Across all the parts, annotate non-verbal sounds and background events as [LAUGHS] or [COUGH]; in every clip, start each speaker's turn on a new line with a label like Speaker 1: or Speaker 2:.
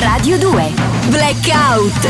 Speaker 1: Radio 2 Blackout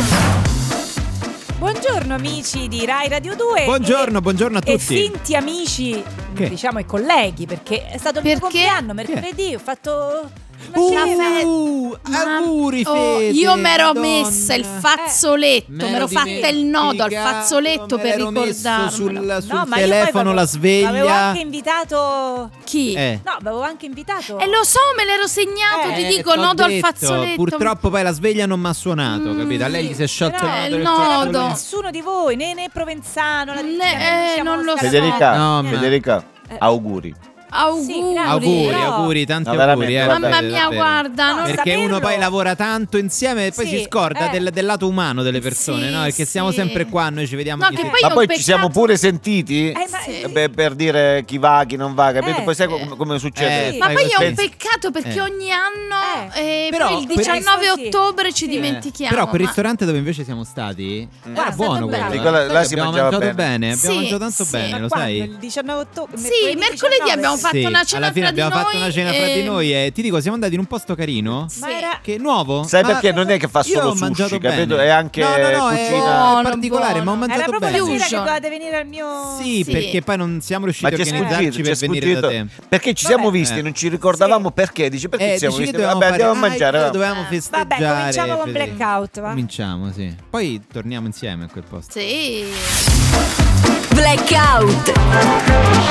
Speaker 2: Buongiorno amici di Rai Radio 2
Speaker 3: Buongiorno, buongiorno a
Speaker 2: e, e
Speaker 3: tutti.
Speaker 2: finti amici,
Speaker 3: Che?
Speaker 2: diciamo e colleghi, perché è stato il mio
Speaker 4: Perché?
Speaker 2: compleanno mercoledì, ho fatto una cena.
Speaker 3: Uh, auguri
Speaker 4: Oh,
Speaker 3: Fede,
Speaker 4: io mi ero
Speaker 3: Madonna.
Speaker 4: messa il fazzoletto,
Speaker 3: Me
Speaker 4: mi ero
Speaker 3: l'ero
Speaker 4: fatta il nodo al
Speaker 3: dimenticato,
Speaker 4: fazzoletto
Speaker 3: me
Speaker 4: per
Speaker 3: l'ero messo
Speaker 4: ricordarmelo.
Speaker 3: sul, sul
Speaker 2: No, ma io poi
Speaker 3: telefono
Speaker 2: avevo-
Speaker 3: la sveglia.
Speaker 2: Avevo anche invitato
Speaker 4: Chi?
Speaker 3: Eh.
Speaker 2: No, avevo anche invitato
Speaker 4: E lo so, me l'ero segnato,
Speaker 2: Eh,
Speaker 4: ti
Speaker 3: Eh,
Speaker 4: dico,
Speaker 3: t'ho
Speaker 4: nodo al
Speaker 3: detto,
Speaker 4: fazzoletto.
Speaker 3: Purtroppo poi la sveglia non mi ha suonato,
Speaker 4: Mm,
Speaker 3: capito? A lei gli si è sciolto
Speaker 2: però-
Speaker 3: il nodo.
Speaker 4: Eh,
Speaker 3: del
Speaker 4: no,
Speaker 3: fazzoletto.
Speaker 4: no.
Speaker 2: nessuno di voi, né, né Provenzano, la diciamo,
Speaker 4: Né-
Speaker 2: né,
Speaker 4: eh, non lo so.
Speaker 5: Federica,
Speaker 3: No, ma-
Speaker 5: Federica,
Speaker 2: Eh.
Speaker 5: auguri.
Speaker 2: Sì,
Speaker 4: Auguri.
Speaker 2: grazie.
Speaker 3: Auguri,
Speaker 2: Però-
Speaker 3: auguri, tanti
Speaker 5: No,
Speaker 3: auguri.
Speaker 5: veramente,
Speaker 3: eh,
Speaker 5: vabbè,
Speaker 4: Mamma
Speaker 3: davvero,
Speaker 4: mia,
Speaker 3: davvero.
Speaker 4: guarda,
Speaker 2: No,
Speaker 4: non-
Speaker 2: sa-
Speaker 3: Perché
Speaker 2: saperlo-
Speaker 3: uno poi lavora tanto insieme e poi
Speaker 2: Sì,
Speaker 3: si scorda
Speaker 2: eh.
Speaker 3: del, del lato umano delle persone,
Speaker 4: Sì,
Speaker 3: no? Perché siamo
Speaker 4: sì.
Speaker 3: sempre qua, noi ci vediamo
Speaker 4: No,
Speaker 3: ogni
Speaker 4: che
Speaker 3: sera.
Speaker 4: poi
Speaker 5: Ma
Speaker 4: è un
Speaker 5: poi
Speaker 4: peccato-
Speaker 5: ci siamo pure sentiti?
Speaker 2: Eh, ma-
Speaker 4: Sì.
Speaker 5: Eh, beh, per dire chi va, chi non va, capito?
Speaker 2: Eh.
Speaker 5: Poi sai com- come succede?
Speaker 3: Eh,
Speaker 2: Sì.
Speaker 4: Ma
Speaker 3: fai
Speaker 4: poi è
Speaker 3: così.
Speaker 4: un peccato perché
Speaker 3: Eh.
Speaker 4: ogni anno, eh,
Speaker 3: Però
Speaker 4: poi il
Speaker 3: per-
Speaker 4: 19
Speaker 2: Sì.
Speaker 4: ottobre ci
Speaker 2: Sì.
Speaker 3: Eh,
Speaker 4: dimentichiamo.
Speaker 3: Però quel
Speaker 4: ma-
Speaker 3: ristorante dove invece siamo stati,
Speaker 2: Ah,
Speaker 3: era
Speaker 2: è stato
Speaker 3: buono
Speaker 2: bello.
Speaker 3: quello. eh.
Speaker 2: Sì,
Speaker 5: quella- Mm. là si
Speaker 3: abbiamo
Speaker 5: mangiava
Speaker 3: mangiato bene,
Speaker 5: bene.
Speaker 3: abbiamo
Speaker 4: Sì,
Speaker 3: mangiato tanto
Speaker 4: sì.
Speaker 3: bene,
Speaker 2: Ma
Speaker 3: lo
Speaker 2: quando?
Speaker 3: sai.
Speaker 2: Il 19 ottobre.
Speaker 4: Sì, mercoledì
Speaker 2: 19.
Speaker 4: abbiamo fatto
Speaker 3: Sì,
Speaker 4: una cena
Speaker 3: alla fine
Speaker 4: tra di
Speaker 3: abbiamo fatto
Speaker 4: noi
Speaker 3: una cena fra
Speaker 4: e-
Speaker 3: di noi e ti dico siamo andati in un posto carino
Speaker 4: Sì.
Speaker 2: Ma era
Speaker 3: che è nuovo
Speaker 5: Sai
Speaker 3: ma-
Speaker 5: perché non è che fa
Speaker 3: Io ho
Speaker 5: solo
Speaker 3: mangiato
Speaker 5: sushi, capito?
Speaker 3: bene.
Speaker 5: È anche
Speaker 3: no, no, no, è-
Speaker 5: cucina.
Speaker 3: è
Speaker 4: Buono,
Speaker 3: particolare ma ho
Speaker 4: buono.
Speaker 2: Era
Speaker 3: mangiato
Speaker 2: proprio
Speaker 3: bene
Speaker 2: la sera che
Speaker 4: Fusion.
Speaker 2: dovevate venire al mio
Speaker 3: sì,
Speaker 4: Sì.
Speaker 3: perché poi non siamo riusciti
Speaker 5: Ma
Speaker 3: a
Speaker 5: ci è
Speaker 3: organizzarci
Speaker 5: sfuggito, ci
Speaker 3: per
Speaker 5: è
Speaker 3: venire da te
Speaker 5: sfuggito perché ci siamo
Speaker 2: Vabbè.
Speaker 5: visti, non ci ricordavamo perché. Dici perché ci
Speaker 3: Eh,
Speaker 5: siamo
Speaker 3: dici che
Speaker 5: visti?
Speaker 3: dovevamo
Speaker 5: Vabbè,
Speaker 3: fare?
Speaker 5: andiamo a
Speaker 3: Ah,
Speaker 5: mangiare.
Speaker 3: quello
Speaker 5: va.
Speaker 3: dovevamo
Speaker 2: Vabbè,
Speaker 3: festeggiare
Speaker 2: cominciamo con
Speaker 3: Federica.
Speaker 2: Blackout, va.
Speaker 3: cominciamo sì poi torniamo insieme a quel posto
Speaker 4: Sì.
Speaker 1: Blackout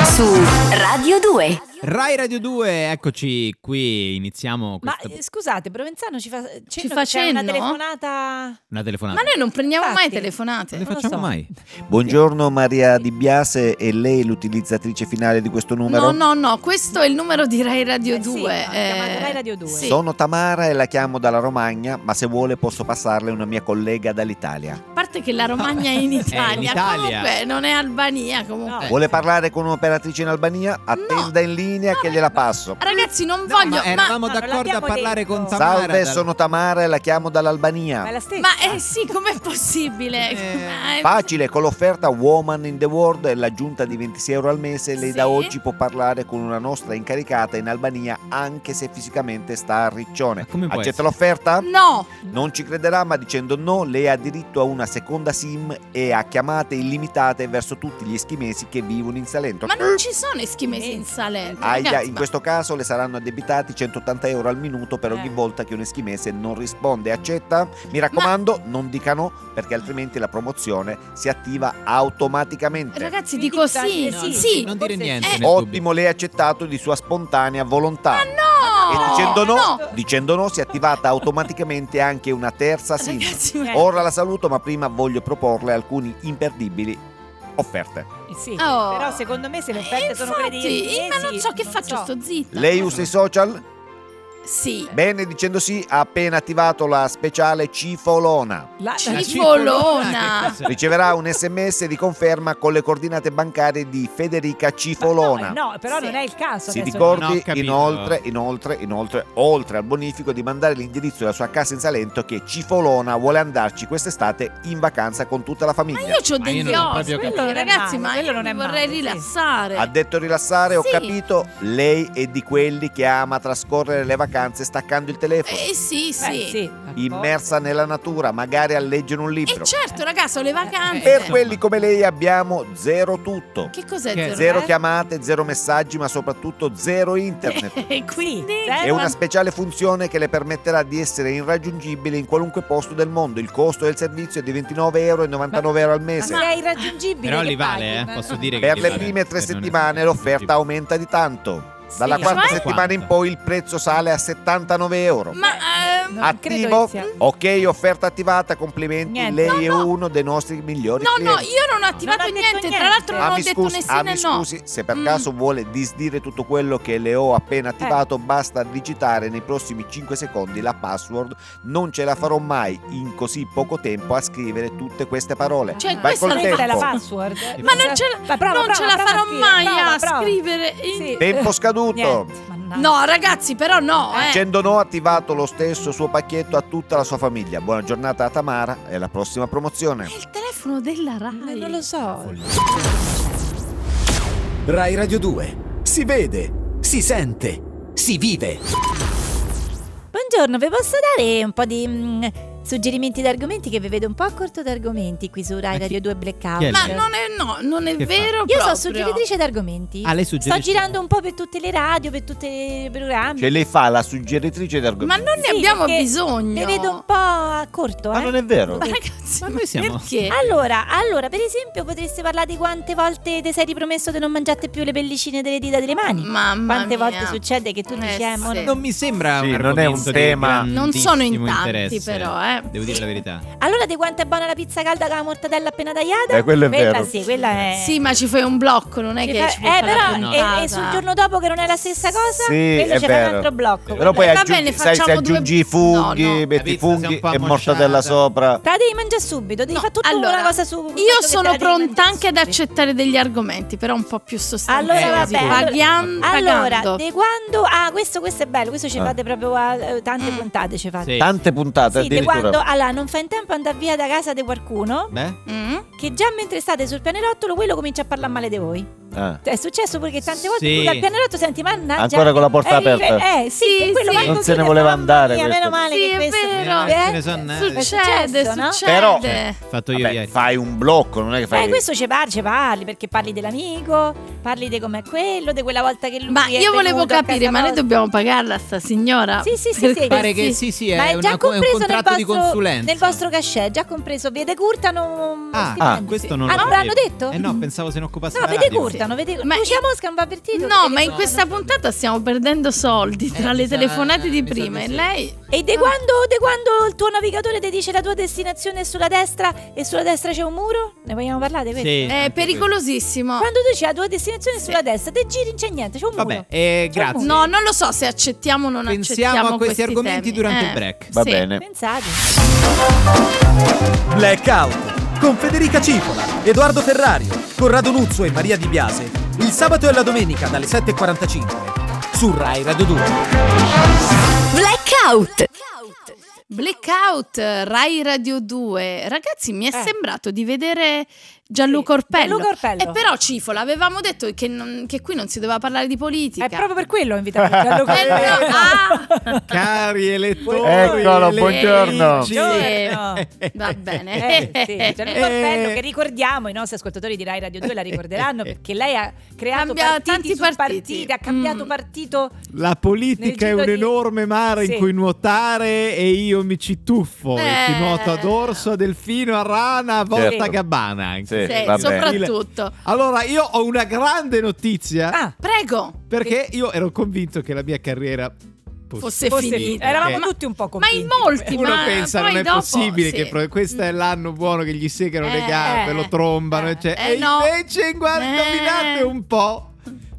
Speaker 1: su Radio 2
Speaker 3: Rai Radio 2 eccoci qui iniziamo
Speaker 2: Ma
Speaker 3: questa
Speaker 2: eh, scusate, Provenzano ci fa eh,
Speaker 4: Ci
Speaker 2: cenno
Speaker 4: fa
Speaker 2: che c'è una
Speaker 4: cenno?
Speaker 2: telefonata
Speaker 3: una telefonata
Speaker 4: Ma noi non prendiamo mai
Speaker 2: Infatti.
Speaker 4: telefonate.
Speaker 3: non le
Speaker 2: non lo
Speaker 3: facciamo
Speaker 2: so.
Speaker 3: mai
Speaker 5: Buongiorno Maria Di Biase, è lei l'utilizzatrice finale di questo
Speaker 4: No,
Speaker 5: numero?
Speaker 4: no, no, questo è il numero di Rai Radio
Speaker 2: Eh sì,
Speaker 4: 2.
Speaker 2: no, chiamate Rai Radio 2.
Speaker 4: sì.
Speaker 5: Sono Tamara e la chiamo dalla Romagna, ma se vuole posso passarle una mia collega dall'Italia.
Speaker 4: A parte che la Romagna è in Italia,
Speaker 3: Italia.
Speaker 4: comunque non è Albania comunque.
Speaker 2: No. Eh.
Speaker 5: Vuole parlare con un'operatrice in Albania? Attenda in linea che gliela passo.
Speaker 4: Ragazzi, non
Speaker 3: No,
Speaker 4: voglio
Speaker 3: ma
Speaker 4: ma,
Speaker 3: eravamo
Speaker 2: No, non
Speaker 3: d'accordo a
Speaker 2: l'abbiamo
Speaker 3: parlare
Speaker 2: detto.
Speaker 3: con Tamara
Speaker 5: Salve,
Speaker 3: dal-
Speaker 5: sono Tamara e la chiamo
Speaker 2: Ma è
Speaker 5: dall'Albania.
Speaker 2: la stessa.
Speaker 4: ma, eh sì, com'è possibile?
Speaker 3: Eh,
Speaker 4: Ma-
Speaker 5: Facile, con l'offerta Woman in the World e l'aggiunta di 20 euro al mese, lei da
Speaker 4: Sì.
Speaker 5: oggi può parlare con una nostra incaricata in Albania anche se fisicamente sta a
Speaker 3: Ma
Speaker 5: Riccione.
Speaker 3: come può
Speaker 5: Accetta
Speaker 3: essere?
Speaker 5: l'offerta?
Speaker 4: No,
Speaker 5: Non ci crederà, ma dicendo no, lei ha diritto a una seconda SIM e a chiamate illimitate verso tutti gli eschimesi che vivono in Salento.
Speaker 4: ma non ci sono eschimesi in Salento.
Speaker 5: Aia,
Speaker 4: ragazzi,
Speaker 5: in
Speaker 4: ma-
Speaker 5: questo caso le saranno debitati 180 euro al minuto per ogni
Speaker 2: Eh.
Speaker 5: volta che un eschimese non risponde. Accetta? Mi raccomando, non dica no, perché altrimenti la promozione si attiva automaticamente.
Speaker 4: Ragazzi,
Speaker 2: Quindi
Speaker 4: dico
Speaker 2: sta-
Speaker 4: sì,
Speaker 2: eh, sì.
Speaker 4: sì.
Speaker 3: non dire
Speaker 2: forse-
Speaker 3: niente
Speaker 4: Eh,
Speaker 3: nel dubbio.
Speaker 5: Ottimo, lei ha accettato di sua spontanea volontà.
Speaker 4: Ma no!
Speaker 5: E dicendo no,
Speaker 2: no.
Speaker 5: dicendo no, si è attivata automaticamente anche una terza SIM.
Speaker 4: Ragazzi, ma-
Speaker 2: Eh.
Speaker 5: Ora la saluto, ma prima voglio proporle alcune imperdibili offerte.
Speaker 2: Eh sì,
Speaker 4: Oh.
Speaker 2: però secondo me se le offerte
Speaker 4: Eh,
Speaker 2: sono quelle
Speaker 4: infatti,
Speaker 2: di ieri
Speaker 4: eh, ma non so che
Speaker 2: non
Speaker 4: faccio,
Speaker 2: so.
Speaker 4: sto zitta.
Speaker 5: Lei usa i social?
Speaker 4: Sì.
Speaker 5: Bene, dicendo sì, ha appena attivato la speciale Cifolona.
Speaker 2: La-
Speaker 4: Ci-
Speaker 2: la-
Speaker 3: La
Speaker 4: Cifolona.
Speaker 3: che cos'è?
Speaker 5: Riceverà un sms di conferma con le coordinate bancarie di Federica Cifolona.
Speaker 2: No, eh, no, però
Speaker 4: Sì.
Speaker 2: non è il caso.
Speaker 5: Si
Speaker 2: adesso.
Speaker 3: Non ho
Speaker 5: ricordi
Speaker 3: capito.
Speaker 5: inoltre, inoltre, inoltre, oltre al bonifico, di mandare l'indirizzo della sua casa in Salento che Cifolona vuole andarci quest'estate in vacanza con tutta la
Speaker 4: Ma
Speaker 5: famiglia.
Speaker 4: io ho
Speaker 3: Ma io
Speaker 4: degli
Speaker 3: non ho
Speaker 4: osi,
Speaker 3: proprio
Speaker 4: quello,
Speaker 2: capito.
Speaker 4: ragazzi,
Speaker 2: Non è
Speaker 4: ma
Speaker 2: male,
Speaker 4: io
Speaker 2: quello non è
Speaker 4: mi
Speaker 2: male,
Speaker 4: vorrei
Speaker 2: sì.
Speaker 4: rilassare.
Speaker 5: Ha detto rilassare, ho
Speaker 4: Sì.
Speaker 5: capito, lei è di quelli che ama trascorrere le vacanze staccando il telefono,
Speaker 4: Eh sì, sì.
Speaker 2: Beh, sì.
Speaker 5: immersa nella natura, magari a leggere un
Speaker 4: E
Speaker 5: libro.
Speaker 4: certo, ragazzi, sono le vacanze.
Speaker 5: Per
Speaker 3: Eh.
Speaker 5: quelli come lei abbiamo zero tutto.
Speaker 4: Che cos'è
Speaker 3: Che-
Speaker 4: zero?
Speaker 5: Zero chiamate, zero messaggi, ma soprattutto zero
Speaker 2: [LAUGHS]
Speaker 5: internet.
Speaker 2: Eh,
Speaker 4: E quindi
Speaker 2: Sì,
Speaker 5: È
Speaker 2: zero.
Speaker 5: una speciale funzione che le permetterà di essere irraggiungibile in qualunque posto del mondo. Il costo del servizio è di 29,99 euro al
Speaker 2: Ma
Speaker 5: mese.
Speaker 2: se è irraggiungibile.
Speaker 3: Però
Speaker 2: che
Speaker 3: li vale,
Speaker 2: paghi?
Speaker 3: eh, posso dire che
Speaker 5: Per
Speaker 3: li
Speaker 5: le
Speaker 3: vale,
Speaker 5: prime tre
Speaker 3: cioè, non è-
Speaker 5: settimane l'offerta aumenta di tanto.
Speaker 2: Sì,
Speaker 5: Dalla
Speaker 2: cioè?
Speaker 5: quarta
Speaker 3: Cioè?
Speaker 5: settimana in poi il prezzo sale a 79 euro.
Speaker 4: ma ehm,
Speaker 2: No. non credo
Speaker 5: Attivo?
Speaker 2: che sia-
Speaker 5: Ok, offerta attivata, complimenti.
Speaker 2: Niente.
Speaker 5: Lei
Speaker 4: No,
Speaker 5: è
Speaker 4: no.
Speaker 5: uno dei nostri migliori
Speaker 4: no, no,
Speaker 5: clienti.
Speaker 4: io non ho attivato
Speaker 2: Non ho detto
Speaker 4: niente.
Speaker 2: niente.
Speaker 4: Tra l'altro, non
Speaker 5: Ah,
Speaker 4: ho
Speaker 5: mi
Speaker 4: detto
Speaker 5: scusi, ah,
Speaker 4: nessene
Speaker 5: mi
Speaker 4: no.
Speaker 5: scusi, se per
Speaker 4: Mm. Eh.
Speaker 5: caso vuole disdire tutto quello che le ho appena attivato, basta digitare nei prossimi 5 secondi la password. Non ce la farò mai in così poco tempo a scrivere tutte queste parole.
Speaker 4: Cioè,
Speaker 5: Vai
Speaker 4: questo
Speaker 5: col
Speaker 4: non è
Speaker 2: Questa è la
Speaker 5: tempo.
Speaker 2: password. eh.
Speaker 4: Ma non ce la,
Speaker 2: Vai, prova,
Speaker 4: non
Speaker 2: prova,
Speaker 4: ce la
Speaker 2: prova
Speaker 4: farò
Speaker 2: a scrivere,
Speaker 4: mai
Speaker 2: prova,
Speaker 4: a
Speaker 2: prova.
Speaker 4: scrivere. in-
Speaker 2: Sì.
Speaker 5: Tempo
Speaker 6: Eh,
Speaker 5: scaduto.
Speaker 2: Niente, mannaggia.
Speaker 4: No, ragazzi, però no. Eh.
Speaker 5: Dicendo no, ha attivato lo stesso suo pacchetto a tutta la sua famiglia. Buona giornata a Tamara e alla prossima promozione.
Speaker 4: È il telefono della
Speaker 2: No,
Speaker 6: eh,
Speaker 4: Rai.
Speaker 2: non lo so.
Speaker 6: Rai Radio 2. Si vede, si sente, si vive. Buongiorno, vi posso dare un po' di mm, suggerimenti d'argomenti che vi vedo un po' a corto d'argomenti qui su Rai
Speaker 3: Ma chi-
Speaker 6: Radio 2
Speaker 3: chi è
Speaker 6: Blackout.
Speaker 3: lei?
Speaker 4: Ma non è, no, non è
Speaker 3: Che fa?
Speaker 4: vero.
Speaker 6: Io sono
Speaker 4: proprio.
Speaker 6: suggeritrice d'argomenti.
Speaker 3: Ah, lei
Speaker 6: Sto
Speaker 3: suggerisce.
Speaker 6: girando un po' per tutte le radio, per tutti i programmi.
Speaker 5: Cioè lei fa la suggeritrice di
Speaker 4: Ma
Speaker 5: argomenti.
Speaker 4: non ne
Speaker 6: Sì,
Speaker 4: abbiamo
Speaker 6: perché
Speaker 4: bisogno.
Speaker 6: Le vedo [LAUGHS] un po' a corto,
Speaker 3: Ah,
Speaker 5: Ma
Speaker 6: eh.
Speaker 5: non è vero.
Speaker 4: Ma ragazzi,
Speaker 3: Ma noi siamo-
Speaker 4: Perché?
Speaker 6: Allora, allora, per esempio, potreste parlare di quante volte ti sei ripromesso che non mangiate più le pellicine delle dita delle mani.
Speaker 4: Mamma
Speaker 6: Quante
Speaker 4: mia.
Speaker 6: volte succede che tu
Speaker 4: Eh,
Speaker 6: dici, eh, mo
Speaker 4: sì.
Speaker 3: Non mi sembra
Speaker 5: Sì,
Speaker 3: un
Speaker 5: non è un
Speaker 3: argomento di
Speaker 5: tema.
Speaker 4: Non sono in
Speaker 3: grandissimo
Speaker 4: tanti,
Speaker 3: interesse.
Speaker 4: però, eh.
Speaker 3: Devo dire la verità.
Speaker 6: Allora, di quanto è buona la pizza calda con la mortadella appena tagliata?
Speaker 5: Eh, quello è
Speaker 6: quella
Speaker 5: vero.
Speaker 6: Sì, quella è.
Speaker 4: Sì, ma ci fai un blocco, non è
Speaker 6: eh. Ci
Speaker 4: che
Speaker 6: fa-
Speaker 4: ci puoi
Speaker 6: eh,
Speaker 4: fare la
Speaker 6: però
Speaker 4: puntata.
Speaker 6: e, e sul giorno dopo che non è la stessa cosa,
Speaker 5: Sì,
Speaker 6: quello
Speaker 5: è
Speaker 6: ci fa
Speaker 5: vero.
Speaker 6: un altro blocco. Eh,
Speaker 5: Però poi
Speaker 4: Va
Speaker 5: aggiungi,
Speaker 4: bene,
Speaker 5: sai, se
Speaker 4: facciamo due-
Speaker 5: aggiungi i funghi,
Speaker 4: No, no.
Speaker 5: metti i
Speaker 3: La pizza si è un
Speaker 5: funghi
Speaker 3: po'
Speaker 5: e
Speaker 3: ammosciata.
Speaker 5: mortadella sopra.
Speaker 6: Te la devi mangiare subito, devi
Speaker 4: No,
Speaker 6: fare tutta
Speaker 4: allora,
Speaker 6: una cosa su.
Speaker 4: Io sono pronta anche ad
Speaker 6: accettare
Speaker 4: accettare degli argomenti, però un po' più sostanziosi.
Speaker 6: Allora,
Speaker 3: vabbè, allora-
Speaker 4: Paghiam-
Speaker 6: Allora,
Speaker 4: pagando. Mm?
Speaker 6: de quando. Ah, questo, questo è bello, questo ci
Speaker 5: Ah.
Speaker 6: fate proprio a eh, tante
Speaker 4: Mm.
Speaker 6: puntate. Ci fate.
Speaker 3: Sì.
Speaker 5: Tante puntate
Speaker 6: Sì, de
Speaker 5: addirittura.
Speaker 6: quando allora, non fa in tempo ad andare via da casa di qualcuno
Speaker 3: Beh,
Speaker 4: Mm?
Speaker 6: che già mentre state sul pianerottolo quello comincia a parlare male di voi. Cioè,
Speaker 5: Ah.
Speaker 6: È successo perché tante volte
Speaker 3: Sì.
Speaker 6: tu dal pianerotto senti mannaggia.
Speaker 5: Ancora con la porta
Speaker 6: eh,
Speaker 5: aperta.
Speaker 6: Eh, sì,
Speaker 4: Sì,
Speaker 6: e quello
Speaker 4: sì.
Speaker 6: va
Speaker 5: Non
Speaker 6: così
Speaker 5: se ne
Speaker 6: e fa,
Speaker 5: voleva
Speaker 6: "Mamma
Speaker 5: andare
Speaker 6: mia,
Speaker 5: questo."
Speaker 6: meno male
Speaker 4: Sì,
Speaker 6: che
Speaker 4: è
Speaker 6: questo
Speaker 4: vero.
Speaker 6: Eh?
Speaker 3: ce ne sono, eh.
Speaker 6: Succe-
Speaker 4: Succede,
Speaker 6: successo, no?
Speaker 5: Però-
Speaker 4: succede.
Speaker 3: fatto io
Speaker 5: Vabbè,
Speaker 3: ieri.
Speaker 5: fai un blocco, non è che fai
Speaker 6: Eh, questo ci parli, ci parli perché parli dell'amico, parli di com'è quello, di quella volta che lui
Speaker 4: Ma
Speaker 6: è
Speaker 4: io volevo
Speaker 6: venuto a
Speaker 4: capire,
Speaker 6: casa
Speaker 4: ma noi
Speaker 6: vostra.
Speaker 4: dobbiamo pagarla sta signora?
Speaker 6: Sì, sì, sì,
Speaker 4: Per-
Speaker 6: sì.
Speaker 3: Pare che sì, sì, è,
Speaker 6: Ma è
Speaker 3: una
Speaker 6: già
Speaker 3: co- è un
Speaker 6: compreso nel
Speaker 3: contratto
Speaker 6: vostro,
Speaker 3: di consulenza.
Speaker 6: nel vostro cachet, già compreso. Vede curtano
Speaker 3: Ah,
Speaker 6: stipendi.
Speaker 3: ah, questo non
Speaker 6: Ah,
Speaker 3: lo
Speaker 6: non ve l'hanno
Speaker 3: sapevo.
Speaker 6: detto?
Speaker 3: Eh no, pensavo se ne occupasse
Speaker 6: No,
Speaker 3: la
Speaker 6: vede
Speaker 3: radio.
Speaker 6: curtano, vede Ma
Speaker 4: Ma
Speaker 6: Lucia
Speaker 4: io-
Speaker 6: Mosca non va avvertito.
Speaker 4: No,
Speaker 6: vede
Speaker 4: ma in
Speaker 6: Curtano.
Speaker 4: questa puntata stiamo perdendo soldi tra
Speaker 3: Eh,
Speaker 4: le
Speaker 3: mi sa-
Speaker 4: telefonate di
Speaker 3: mi sa di
Speaker 4: prima e
Speaker 3: sì.
Speaker 4: lei...
Speaker 6: E de quando, de quando il tuo navigatore ti dice la tua destinazione è sulla destra e sulla destra c'è un muro? Ne vogliamo parlare di questo?
Speaker 3: Sì,
Speaker 4: È
Speaker 3: anche
Speaker 4: pericolosissimo.
Speaker 6: Quando tu dici la tua destinazione è sulla destra, te giri non c'è niente, c'è un muro.
Speaker 3: Vabbè, eh, grazie.
Speaker 4: No, non lo so se accettiamo o non
Speaker 3: Pensiamo
Speaker 4: accettiamo
Speaker 3: a questi argomenti
Speaker 4: temi.
Speaker 3: durante
Speaker 4: Eh,
Speaker 3: il break.
Speaker 5: Va
Speaker 4: sì.
Speaker 5: bene.
Speaker 6: Pensate.
Speaker 7: Blackout con Federica Cipola, Edoardo Ferrario, Corrado Nuzzo e Maria Di Biase il sabato e la domenica dalle 7.45 su Rai Radio 2.
Speaker 1: Blackout.
Speaker 4: Blackout Rai Radio 2. Ragazzi, mi è
Speaker 6: Eh.
Speaker 4: sembrato di vedere Gianluca
Speaker 6: Sì,
Speaker 4: Orpello.
Speaker 6: Gianluca Orpello.
Speaker 4: Eh, però Cifola, avevamo detto che, non- che qui non si doveva parlare di politica.
Speaker 6: È proprio per quello ho invitato Gianluca
Speaker 4: [LAUGHS] Eh, no,
Speaker 6: Orpello.
Speaker 4: ah!
Speaker 3: Cari elettori.
Speaker 5: Eccolo,
Speaker 3: elettrici.
Speaker 5: Oh, buongiorno.
Speaker 4: Sì.
Speaker 6: Buongiorno.
Speaker 4: Va
Speaker 6: [LAUGHS]
Speaker 4: bene.
Speaker 6: Eh, sì, Gianluca Orpello
Speaker 4: Eh.
Speaker 6: che ricordiamo, i nostri ascoltatori di Rai Radio 2 la
Speaker 4: [LAUGHS]
Speaker 6: ricorderanno perché lei ha creato
Speaker 4: Cambia
Speaker 6: partiti
Speaker 4: tanti
Speaker 6: su
Speaker 4: partiti.
Speaker 6: ha cambiato
Speaker 4: Mm.
Speaker 6: partito.
Speaker 3: La politica è
Speaker 6: Nel giro
Speaker 3: un
Speaker 6: di-
Speaker 3: enorme mare
Speaker 6: Sì.
Speaker 3: in cui nuotare e io mi ci tuffo. E
Speaker 4: Eh.
Speaker 3: ti nuoto ad orso, a delfino, a rana, a volta
Speaker 5: Certo.
Speaker 3: a gabbana. anche.
Speaker 4: [LAUGHS]
Speaker 5: Sì,
Speaker 4: Sì,
Speaker 5: Eh, va bene.
Speaker 4: soprattutto.
Speaker 3: Allora, io ho una grande notizia
Speaker 6: Ah,
Speaker 4: Prego.
Speaker 3: perché io ero convinto che la mia carriera
Speaker 4: Fosse
Speaker 6: forse
Speaker 4: finita.
Speaker 6: finita.
Speaker 3: Eh,
Speaker 6: Eravamo
Speaker 3: ma-
Speaker 6: tutti un po'
Speaker 4: Ma
Speaker 6: convinti.
Speaker 4: in molti,
Speaker 3: Uno
Speaker 4: ma
Speaker 3: pensa
Speaker 4: poi
Speaker 3: non è
Speaker 4: dopo,
Speaker 3: possibile
Speaker 4: sì. Mm.
Speaker 3: che pro- questo è l'anno buono che gli segano le
Speaker 4: Eh,
Speaker 3: gambe, lo trombano
Speaker 4: eh,
Speaker 3: eccetera.
Speaker 4: eh,
Speaker 3: e
Speaker 4: no.
Speaker 3: invece guarda,
Speaker 4: Eh.
Speaker 3: indovinate un po'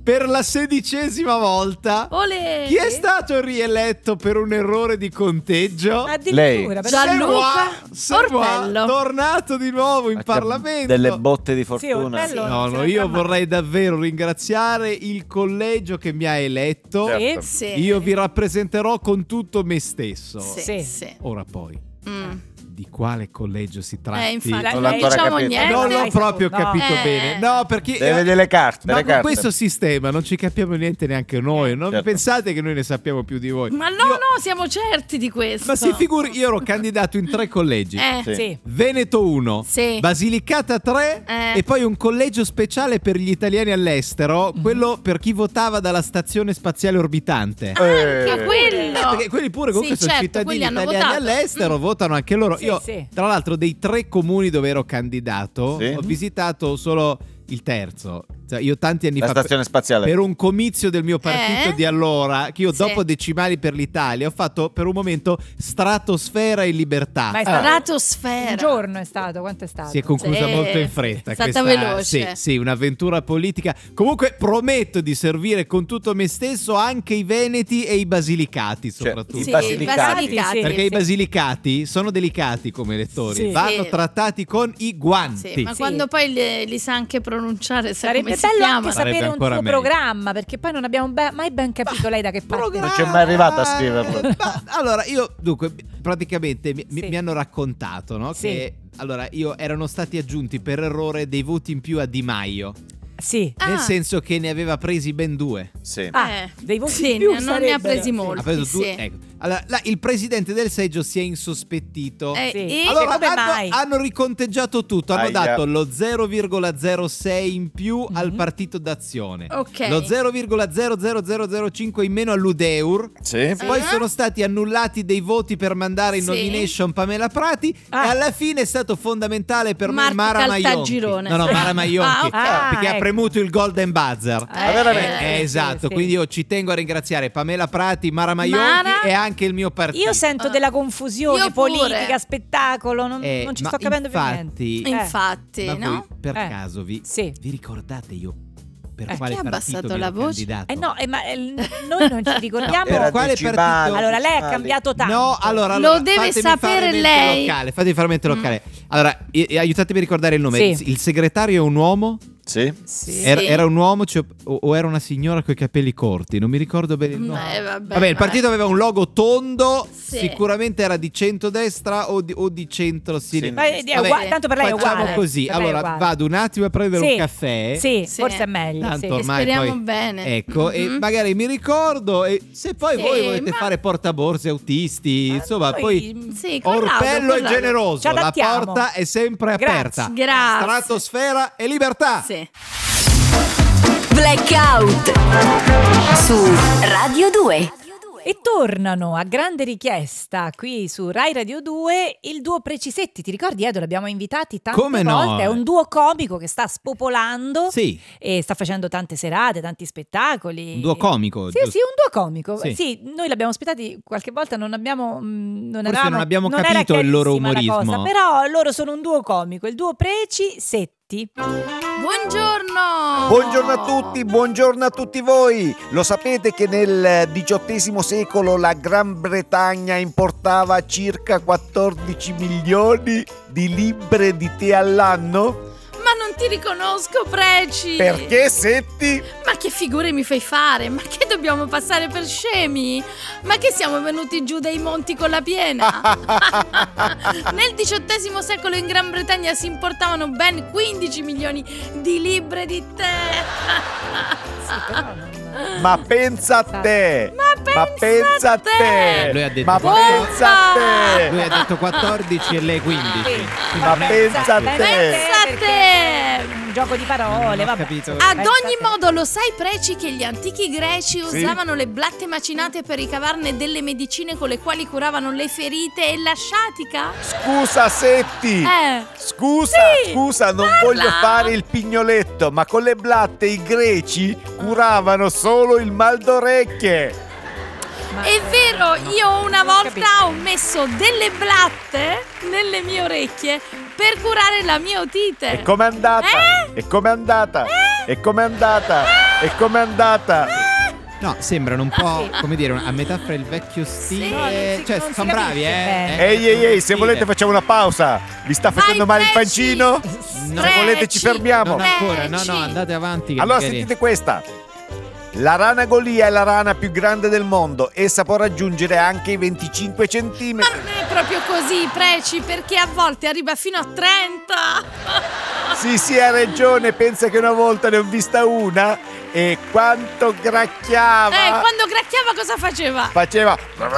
Speaker 3: per la sedicesima volta
Speaker 4: Olè.
Speaker 3: chi è stato rieletto per un errore di conteggio?
Speaker 5: Lei.
Speaker 6: Addirittura, però-
Speaker 4: Gianluca
Speaker 3: Se vuoi, se vuoi,
Speaker 4: Orpello.
Speaker 3: tornato di nuovo in
Speaker 5: Facciamo
Speaker 3: Parlamento.
Speaker 5: Delle botte di
Speaker 6: Sì, oh,
Speaker 5: fortuna.
Speaker 6: Orpello-
Speaker 3: No, no,
Speaker 6: Se ne
Speaker 3: io
Speaker 6: chiama-
Speaker 3: vorrei davvero ringraziare il collegio che mi ha eletto.
Speaker 5: Certo.
Speaker 6: Sì.
Speaker 4: Sì.
Speaker 3: Io vi rappresenterò con tutto me stesso.
Speaker 4: Sì.
Speaker 6: Sì.
Speaker 4: sì.
Speaker 3: Ora poi,
Speaker 4: Mm.
Speaker 3: di quale collegio si tratta?
Speaker 4: Eh, infatti,
Speaker 6: Non
Speaker 4: non,
Speaker 5: l'ho ancora
Speaker 4: diciamo
Speaker 5: capito.
Speaker 4: niente.
Speaker 3: non
Speaker 6: non
Speaker 3: l'ho
Speaker 6: l'hai
Speaker 3: proprio
Speaker 6: saputo, no.
Speaker 3: capito
Speaker 4: Eh.
Speaker 3: bene. No, perché
Speaker 5: Deve
Speaker 3: eh,
Speaker 5: vedere le carte.
Speaker 3: ma
Speaker 5: le
Speaker 3: con
Speaker 5: carte.
Speaker 3: questo sistema non ci capiamo niente neanche noi. Non
Speaker 5: Certo.
Speaker 3: pensate che noi ne sappiamo più di voi.
Speaker 4: Ma no,
Speaker 3: Io-
Speaker 4: no, siamo certi di questo.
Speaker 3: Ma si figuri, io ero candidato in tre collegi.
Speaker 4: Eh,
Speaker 5: Sì.
Speaker 6: Sì.
Speaker 3: Veneto 1,
Speaker 4: Sì.
Speaker 3: Basilicata 3
Speaker 4: Eh.
Speaker 3: e poi un collegio speciale per gli italiani all'estero,
Speaker 4: Mhm.
Speaker 3: quello per chi votava dalla stazione spaziale orbitante.
Speaker 4: anche
Speaker 5: Eh.
Speaker 4: quello.
Speaker 3: Perché quelli pure comunque
Speaker 4: Ah, Sì,
Speaker 3: sono
Speaker 4: certo,
Speaker 3: cittadini
Speaker 4: quelli hanno
Speaker 3: italiani
Speaker 4: votato. Mm.
Speaker 3: all'estero, votano anche loro.
Speaker 6: Sì,
Speaker 3: Io,
Speaker 6: sì.
Speaker 3: tra l'altro, dei tre comuni dove ero candidato,
Speaker 5: Sì.
Speaker 3: ho visitato solo il terzo. Cioè, io tanti anni
Speaker 5: La
Speaker 3: fa.
Speaker 5: stazione spaziale.
Speaker 3: Per un comizio del mio partito
Speaker 4: Eh?
Speaker 3: di allora, che io
Speaker 4: Sì.
Speaker 3: dopo decimali per l'Italia ho fatto per un momento stratosfera e libertà.
Speaker 6: Ma è
Speaker 5: Ah.
Speaker 6: stato
Speaker 4: Stratosfera.
Speaker 6: un giorno è stato, quanto è stato?
Speaker 3: Si è conclusa
Speaker 4: Sì.
Speaker 3: molto in fretta.
Speaker 4: È
Speaker 3: questa,
Speaker 4: stata veloce.
Speaker 3: Sì, sì, un'avventura politica. Comunque prometto di servire con tutto me stesso anche i veneti e i basilicati
Speaker 5: Cioè,
Speaker 3: soprattutto.
Speaker 5: i
Speaker 4: Sì,
Speaker 5: basilicati.
Speaker 4: Basilicati.
Speaker 6: Sì.
Speaker 3: Perché i basilicati sono delicati come elettori,
Speaker 6: Sì.
Speaker 3: vanno
Speaker 4: Sì.
Speaker 3: trattati con i guanti.
Speaker 4: Sì, ma
Speaker 6: Sì.
Speaker 4: quando poi le- li sa anche pronunciare, sa
Speaker 6: Sarebbe
Speaker 4: come
Speaker 6: bello
Speaker 4: si chiama.
Speaker 6: anche
Speaker 3: Sarebbe
Speaker 6: sapere un suo
Speaker 3: ancora meglio.
Speaker 6: programma, perché poi non abbiamo be- mai ben capito lei da che parte.
Speaker 3: Programma-
Speaker 5: Non c'è mai arrivata a scriverlo.
Speaker 3: Eh, ma- allora, io dunque, praticamente mi, mi-
Speaker 6: Sì.
Speaker 3: mi hanno raccontato no,
Speaker 6: Sì.
Speaker 3: che allora io erano stati aggiunti per errore dei voti in più a Di Maio.
Speaker 6: Sì.
Speaker 4: Ah,
Speaker 3: Nel senso che ne aveva presi ben due.
Speaker 5: Sì.
Speaker 6: Ah,
Speaker 4: Eh.
Speaker 6: dei voti
Speaker 4: sì,
Speaker 6: in più
Speaker 4: ne- non ne ha
Speaker 6: sarebbero.
Speaker 4: presi
Speaker 3: Ha
Speaker 4: molti.
Speaker 3: preso
Speaker 4: sì.
Speaker 3: due- ecco. Allora, là, il presidente del seggio si è insospettito.
Speaker 4: Eh,
Speaker 6: Sì.
Speaker 4: e-
Speaker 3: Allora,
Speaker 6: come
Speaker 3: hanno,
Speaker 6: mai?
Speaker 3: hanno riconteggiato tutto, hanno
Speaker 5: Aia.
Speaker 3: dato lo 0,06 in più al partito d'azione,
Speaker 4: Mhm. Ok.
Speaker 3: lo 0,00005 in meno all'Udeur,
Speaker 5: Sì.
Speaker 4: Sì.
Speaker 3: poi
Speaker 6: Eh?
Speaker 3: sono stati annullati dei voti per mandare in
Speaker 4: Sì.
Speaker 3: nomination Pamela Prati
Speaker 6: Ah.
Speaker 3: e alla fine è stato fondamentale per me
Speaker 4: Marco
Speaker 3: Mara Maionchi. No,
Speaker 4: Caltagirone.
Speaker 3: no, Mara Maionchi,
Speaker 6: Ah, ok.
Speaker 3: perché ha
Speaker 6: ecco.
Speaker 3: premuto il golden buzzer.
Speaker 4: Ah, veramente?
Speaker 3: Eh, esatto,
Speaker 6: Sì, sì.
Speaker 3: quindi io ci tengo a ringraziare Pamela Prati, Mara Maionchi
Speaker 4: Mara-
Speaker 3: e anche il mio partito.
Speaker 6: Io sento
Speaker 4: Ah.
Speaker 6: della confusione
Speaker 4: Io pure.
Speaker 6: politica, spettacolo, non,
Speaker 3: Eh,
Speaker 6: non ci
Speaker 3: ma
Speaker 6: sto capendo più
Speaker 3: infatti-
Speaker 6: niente. Eh,
Speaker 4: infatti,
Speaker 3: Ma
Speaker 4: no?
Speaker 3: voi per
Speaker 6: Eh.
Speaker 3: caso vi,
Speaker 6: Sì.
Speaker 3: vi ricordate io per
Speaker 6: Eh,
Speaker 3: quale
Speaker 4: chi ha
Speaker 3: partito
Speaker 4: abbassato
Speaker 3: mi ero
Speaker 4: la voce?
Speaker 3: candidato?
Speaker 6: Eh no, eh, ma [LAUGHS] eh, noi non ci ricordiamo.
Speaker 3: Era-
Speaker 5: quale
Speaker 3: quale partito?
Speaker 6: Allora, lei ha cambiato tanto.
Speaker 3: No, allora,
Speaker 4: Lo
Speaker 3: allora,
Speaker 4: deve
Speaker 3: fatemi
Speaker 4: sapere
Speaker 3: fare mente
Speaker 4: lei.
Speaker 3: Locale, fatemi fare mente locale. Allora, i- i- aiutatemi a ricordare il nome.
Speaker 6: Sì.
Speaker 3: Il- Il segretario è un uomo?
Speaker 5: Sì.
Speaker 6: Sì.
Speaker 3: Era, era un uomo cioè, o, o era una signora con i capelli corti? Non mi ricordo bene il
Speaker 4: Mm,
Speaker 3: nome.
Speaker 4: eh, vabbè,
Speaker 3: Vabbè, il
Speaker 4: ma-
Speaker 3: partito aveva un logo tondo,
Speaker 4: Sì.
Speaker 3: sicuramente era di centrodestra o di, o di centrosinistra.
Speaker 6: Ma è- è
Speaker 3: Vabbè,
Speaker 6: uguale- tanto per lei è
Speaker 3: Facciamo
Speaker 6: uguale.
Speaker 3: così.
Speaker 6: Per lei è
Speaker 3: Allora,
Speaker 6: uguale.
Speaker 3: vado un attimo a prendere
Speaker 6: Sì.
Speaker 3: un caffè.
Speaker 6: Sì,
Speaker 4: Sì.
Speaker 6: forse è meglio. sì.
Speaker 3: Tanto
Speaker 4: ormai- speriamo bene.
Speaker 3: Ecco, e
Speaker 4: Mhm.
Speaker 3: magari mi ricordo, e se poi
Speaker 4: Sì,
Speaker 3: voi volete
Speaker 4: ma-
Speaker 3: fare portaborse autisti,
Speaker 6: Ma
Speaker 3: insomma,
Speaker 6: noi-
Speaker 3: poi...
Speaker 4: Sì, Corrado,
Speaker 3: Orpello è
Speaker 4: Corrado.
Speaker 6: Ci
Speaker 3: generoso, la
Speaker 6: adattiamo.
Speaker 3: porta è sempre
Speaker 6: Grazie.
Speaker 3: aperta.
Speaker 4: Grazie.
Speaker 3: Stratosfera e libertà.
Speaker 4: Sì.
Speaker 1: Blackout su Radio 2.
Speaker 6: E tornano a grande richiesta qui su Rai Radio 2 il duo Precisetti. Ti ricordi, Edo? L'abbiamo invitati tante
Speaker 3: Come no?
Speaker 6: volte. È un duo comico che sta spopolando
Speaker 3: Sì,
Speaker 6: e sta facendo tante serate, tanti spettacoli.
Speaker 3: un duo comico.
Speaker 6: Sì,
Speaker 3: giusto?
Speaker 6: sì, un duo comico.
Speaker 3: Sì.
Speaker 6: Sì, noi l'abbiamo ospitati qualche volta, non abbiamo. mh, Non,
Speaker 3: Forse
Speaker 6: eravamo-
Speaker 3: non abbiamo
Speaker 6: era
Speaker 3: capito il loro
Speaker 6: chiarissima la
Speaker 3: umorismo.
Speaker 6: cosa, però loro sono un duo comico, il duo Preci Setti.
Speaker 4: Buongiorno.
Speaker 5: Buongiorno a tutti, buongiorno a tutti voi. Lo sapete che nel XVIII secolo la Gran Bretagna importava circa 14 milioni di libbre di tè all'anno?
Speaker 4: Ma non ti riconosco, Preci.
Speaker 5: Perché setti?
Speaker 4: Ma che figure mi fai fare? Ma che dobbiamo passare per scemi? Ma che siamo venuti giù dai monti con la piena? Nel XVIII secolo in Gran Bretagna si importavano ben 15 milioni di libbre di tè.
Speaker 5: Ma pensa a te! Ma pensa a te!
Speaker 3: Eh, Lui ha detto
Speaker 5: Ma
Speaker 3: Bomba!
Speaker 5: pensa a
Speaker 3: Lui
Speaker 5: te!
Speaker 3: ha detto 14 e lei 15.
Speaker 5: Ma pensa a
Speaker 4: Pensa
Speaker 5: te!
Speaker 4: a te!
Speaker 6: perché è Un gioco di parole,
Speaker 3: Non ho
Speaker 6: vabbè.
Speaker 3: capito.
Speaker 4: Ad
Speaker 6: Pensa
Speaker 4: ogni
Speaker 6: a te.
Speaker 4: modo, lo sai, Preci, che gli antichi greci usavano le blatte macinate per ricavarne delle medicine con le quali curavano le ferite e la sciatica?
Speaker 5: Scusa Setti!
Speaker 4: Eh.
Speaker 5: Scusa,
Speaker 4: Sì,
Speaker 5: scusa, non
Speaker 4: parla.
Speaker 5: voglio fare il pignoletto, ma con le blatte i greci curavano solo il mal d'orecchie.
Speaker 6: Ma-
Speaker 4: È vero,
Speaker 6: no,
Speaker 4: io una
Speaker 6: non ho
Speaker 4: volta
Speaker 6: capito.
Speaker 4: ho messo delle blatte nelle mie orecchie per curare la mia otite.
Speaker 5: E com'è andata?
Speaker 4: Eh?
Speaker 5: E com'è andata? E com'è andata? E com'è andata?
Speaker 4: Eh?
Speaker 3: No, sembrano un po',
Speaker 6: Sì.
Speaker 3: come dire, una- a metà fra il vecchio stile.
Speaker 6: non si-
Speaker 3: cioè,
Speaker 6: non si
Speaker 3: sono bravi,
Speaker 6: capisce
Speaker 3: eh.
Speaker 6: bene.
Speaker 3: Eh,
Speaker 5: Ehi, ehi, ehi, se
Speaker 3: stile.
Speaker 5: volete facciamo una pausa. Vi sta facendo male il
Speaker 4: Preci.
Speaker 5: pancino?
Speaker 3: No.
Speaker 5: Se volete ci fermiamo.
Speaker 3: Non
Speaker 6: Eh,
Speaker 3: ancora, no,
Speaker 4: Preci.
Speaker 3: no, andate avanti. che
Speaker 5: Allora
Speaker 3: magari-
Speaker 5: sentite questa. La rana Golia è la rana più grande del mondo. Essa può raggiungere anche i 25
Speaker 4: Ma
Speaker 5: centimetri.
Speaker 4: non è proprio così, Preci, perché a volte arriva fino a
Speaker 5: Ah,
Speaker 4: 30.
Speaker 5: Sì, sì, ha ragione. Pensa che una volta ne ho vista una e quanto
Speaker 4: Eh,
Speaker 5: gracchiava.
Speaker 4: quando gracchiava cosa faceva?
Speaker 5: Faceva.
Speaker 6: Ma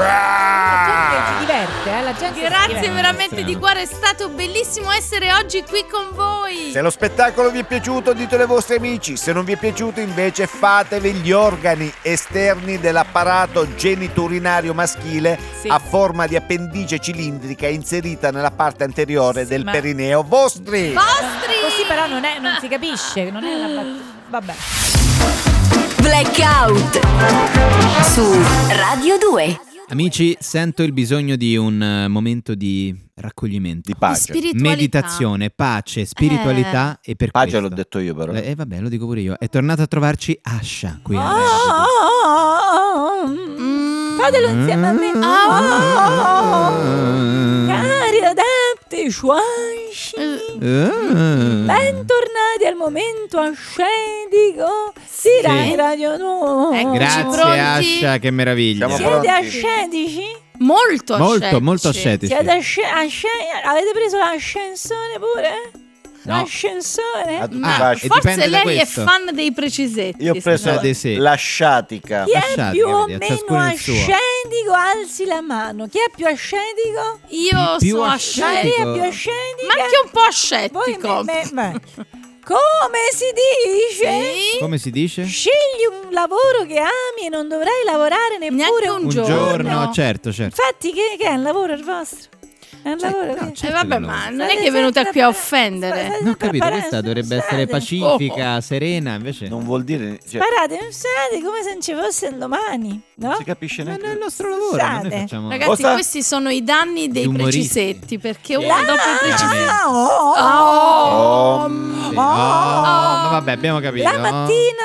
Speaker 3: Ah.
Speaker 6: eh, si diverte, eh, la gente si diverte.
Speaker 4: Grazie veramente di
Speaker 3: strano.
Speaker 4: cuore, è stato bellissimo essere oggi qui con voi.
Speaker 5: Se lo spettacolo vi è piaciuto, ditelo ai vostri amici. Se non vi è piaciuto, invece, fatevi gli organi esterni dell'apparato geniturinario maschile
Speaker 6: Sì.
Speaker 5: a forma di appendice cilindrica inserita nella parte anteriore
Speaker 6: Sì,
Speaker 5: del
Speaker 6: ma-
Speaker 5: perineo. Vostri!
Speaker 4: Vostri!
Speaker 6: Così però non, è, non si capisce, non è una bat- Vabbè.
Speaker 1: Blackout su Radio 2.
Speaker 3: Amici, sento il bisogno di un eh, momento di raccoglimento.
Speaker 5: Di pace.
Speaker 4: Spiritualità.
Speaker 3: Meditazione, pace, spiritualità
Speaker 6: Eh.
Speaker 3: e per
Speaker 5: Pace
Speaker 3: questo.
Speaker 5: l'ho detto io, però.
Speaker 3: Eh vabbè, lo dico pure io. È tornato a trovarci Asha qui. a
Speaker 6: Oh,
Speaker 3: Reddit.
Speaker 6: oh, oh, oh, oh.
Speaker 4: Mm.
Speaker 6: Fatelo insieme a me. Oh,
Speaker 4: Mm.
Speaker 6: Cari adepti, shuanshi.
Speaker 3: Eh.
Speaker 6: Bentornati al momento ascetico si Rai Radio 2.
Speaker 3: Eh,
Speaker 4: Ecco.
Speaker 3: Grazie
Speaker 4: Pronti?
Speaker 3: Asha, che meraviglia.
Speaker 5: Siamo
Speaker 6: Siete
Speaker 5: Pronti.
Speaker 6: ascetici?
Speaker 4: Molto
Speaker 3: Molto,
Speaker 4: ascetici.
Speaker 3: molto ascetici.
Speaker 6: Siete asce- asce- avete preso l'ascensore pure? L'ascensore?
Speaker 5: Ad-
Speaker 4: Ma
Speaker 5: Ah,
Speaker 3: e
Speaker 4: forse
Speaker 3: dipende da
Speaker 4: lei
Speaker 3: questo.
Speaker 4: è fan dei precisetti.
Speaker 5: Io ho preso
Speaker 3: Eh,
Speaker 4: secondo me.
Speaker 3: dei- sì.
Speaker 5: l'asciatica.
Speaker 6: Chi è
Speaker 3: Lasciate,
Speaker 6: più o
Speaker 3: vedi, a
Speaker 6: meno
Speaker 3: ciascuno il suo.
Speaker 6: ascendico? Alzi la mano. Chi è più ascendico?
Speaker 4: Io
Speaker 3: Più
Speaker 4: sono
Speaker 3: ascetico.
Speaker 4: ascetica.
Speaker 6: Maria è
Speaker 3: Dico-
Speaker 6: più ascendica?
Speaker 4: Ma anche un po'
Speaker 6: Voi
Speaker 4: ascettico.
Speaker 6: me- me- ma- Come si dice?
Speaker 4: Sì?
Speaker 3: Come si dice?
Speaker 6: Scegli un lavoro che ami e non dovrai lavorare neppure
Speaker 4: Neanche un
Speaker 6: un
Speaker 3: Un
Speaker 4: giorno.
Speaker 3: giorno, certo, certo.
Speaker 6: Infatti, che, che è un lavoro il vostro? È un lavoro che.
Speaker 5: cioè,
Speaker 3: certo
Speaker 4: E vabbè, ma non è che è
Speaker 6: venuta
Speaker 4: venuta qui a offendere.
Speaker 8: Non ho capito, questa dovrebbe essere pacifica, serena, invece...
Speaker 5: Non vuol dire... Cioè,
Speaker 6: Parate, non state come se non ci fosse il domani, no?
Speaker 5: si capisce
Speaker 3: Ma
Speaker 5: neanche...
Speaker 3: non è il nostro lavoro, ma noi
Speaker 6: Scusate.
Speaker 3: facciamo...
Speaker 4: Ragazzi,
Speaker 5: Cosa?
Speaker 4: questi sono i danni dei
Speaker 3: Gli umoristi.
Speaker 4: precisetti. Perché uno Eh, dopo i precisetti.
Speaker 6: Ah, oh, oh.
Speaker 4: Oh,
Speaker 3: Sì.
Speaker 6: Oh!
Speaker 3: Oh, ma vabbè, abbiamo capito.
Speaker 6: La mattina,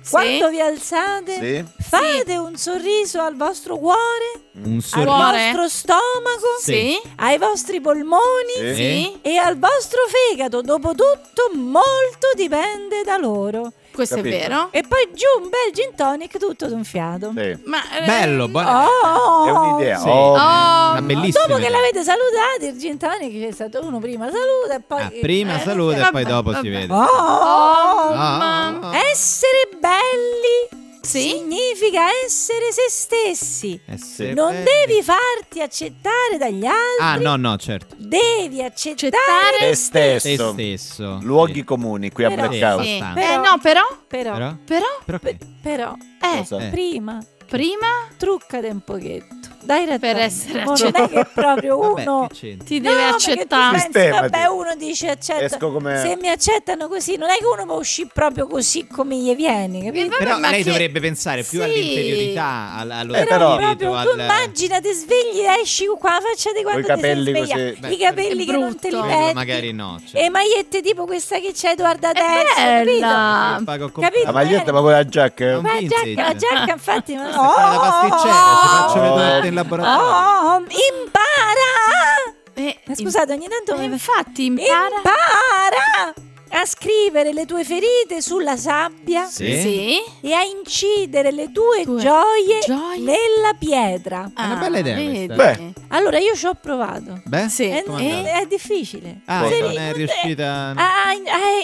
Speaker 4: Sì.
Speaker 6: quando vi alzate,
Speaker 5: Sì?
Speaker 6: fate un sorriso al vostro cuore,
Speaker 3: Un
Speaker 6: al
Speaker 3: sorriso.
Speaker 4: Cuore?
Speaker 6: vostro stomaco,
Speaker 4: Sì?
Speaker 6: ai vostri polmoni
Speaker 3: eh?
Speaker 5: Sì.
Speaker 4: Sì?
Speaker 6: e al vostro fegato. Dopotutto, molto dipende da loro.
Speaker 4: Questo
Speaker 5: Capito.
Speaker 4: è vero.
Speaker 6: E poi giù un bel gin tonic tutto d'un fiato.
Speaker 5: Sì.
Speaker 4: Ma, eh,
Speaker 3: Bello, buona-
Speaker 6: Oh!
Speaker 5: È un'idea.
Speaker 3: Sì.
Speaker 5: Oh,
Speaker 4: Oh,
Speaker 3: Una bellissima.
Speaker 6: Dopo che
Speaker 3: idea.
Speaker 6: l'avete salutato, il gin tonic c'è stato uno prima saluta e poi... eh?
Speaker 3: Ah, prima saluta e
Speaker 4: vabbè,
Speaker 3: poi dopo
Speaker 4: vabbè.
Speaker 3: si vede.
Speaker 6: Oh!
Speaker 3: Ah,
Speaker 4: ma-
Speaker 3: ah, ah.
Speaker 6: Essere belli
Speaker 4: sì?
Speaker 6: significa essere se stessi.
Speaker 3: Essere
Speaker 6: Non
Speaker 3: belli.
Speaker 6: devi farti accettare dagli altri,
Speaker 3: Ah, no, no, certo.
Speaker 6: devi accettare...
Speaker 4: Accettare-
Speaker 5: te
Speaker 3: Te
Speaker 5: stesso.
Speaker 3: stesso.
Speaker 5: Luoghi
Speaker 3: Sì.
Speaker 5: comuni qui a
Speaker 6: Però-
Speaker 5: Blackout.
Speaker 4: Sì.
Speaker 3: abbastanza.
Speaker 4: Eh,
Speaker 6: Però-
Speaker 4: no, però.
Speaker 6: Però, però,
Speaker 3: Però?
Speaker 4: Però.
Speaker 3: Però che?
Speaker 4: Eh,
Speaker 5: Cosa?
Speaker 3: Eh.
Speaker 6: prima
Speaker 4: prima
Speaker 6: truccate un pochetto. Dai ragione.
Speaker 4: Per essere
Speaker 6: Mo Non è
Speaker 4: accettato.
Speaker 6: che è proprio
Speaker 3: Vabbè,
Speaker 6: uno...
Speaker 3: che c'entra?
Speaker 4: ti deve
Speaker 6: No, ma che tu
Speaker 4: accettare.
Speaker 6: pensi,
Speaker 5: Sistemati.
Speaker 6: Vabbè, uno dice accetta.
Speaker 5: Esco come-
Speaker 6: Se mi accettano così, non è che uno può uscire proprio così come gli viene,
Speaker 4: Eh,
Speaker 6: capito?
Speaker 4: vabbè,
Speaker 3: Però
Speaker 4: ma
Speaker 3: lei
Speaker 4: che-
Speaker 3: dovrebbe pensare più
Speaker 4: Sì.
Speaker 3: all'interiorità, all- allo
Speaker 5: Eh, però-
Speaker 3: spirito,
Speaker 6: proprio,
Speaker 3: al...
Speaker 6: tu immagina, ti svegli e esci con la faccia di quando ti sei
Speaker 5: capelli
Speaker 6: sveglia,
Speaker 5: così.
Speaker 3: Beh,
Speaker 6: i capelli
Speaker 4: è
Speaker 6: che non te li
Speaker 4: brutto.
Speaker 3: Quello
Speaker 6: metti,
Speaker 3: magari no. cioè.
Speaker 6: e magliette tipo questa che c'è Edoarda
Speaker 4: È
Speaker 6: Terzi, capito?
Speaker 4: bella.
Speaker 3: Io pago con-
Speaker 6: Capito?
Speaker 5: La maglietta ma poi la giacca. eh.
Speaker 3: Non-
Speaker 6: Ma la
Speaker 3: Vincent.
Speaker 6: giacca, la giacca infatti...
Speaker 3: Questa
Speaker 4: [LAUGHS]
Speaker 3: è quella da pasticcera, ci faccio
Speaker 5: Oh.
Speaker 3: le torte in laboratorio.
Speaker 6: Oh, oh, impara!
Speaker 4: Eh,
Speaker 6: Ma Scusate, ogni tanto...
Speaker 4: eh,
Speaker 6: mi-
Speaker 4: infatti, impara.
Speaker 6: Impara a scrivere le tue ferite sulla sabbia
Speaker 3: Sì.
Speaker 4: Sì.
Speaker 6: e a incidere le tue
Speaker 4: Tue
Speaker 6: gioie,
Speaker 4: gioie. Ah.
Speaker 6: nella pietra.
Speaker 4: È
Speaker 3: una bella idea questa.
Speaker 4: Beh,
Speaker 6: Allora io ci ho provato.
Speaker 3: Beh,
Speaker 4: Sì.
Speaker 6: È,
Speaker 3: Eh, com'è andata?
Speaker 6: è- è difficile.
Speaker 3: Ah,
Speaker 6: Sì,
Speaker 3: non
Speaker 6: te-
Speaker 3: è riuscita...
Speaker 6: Ah, ah,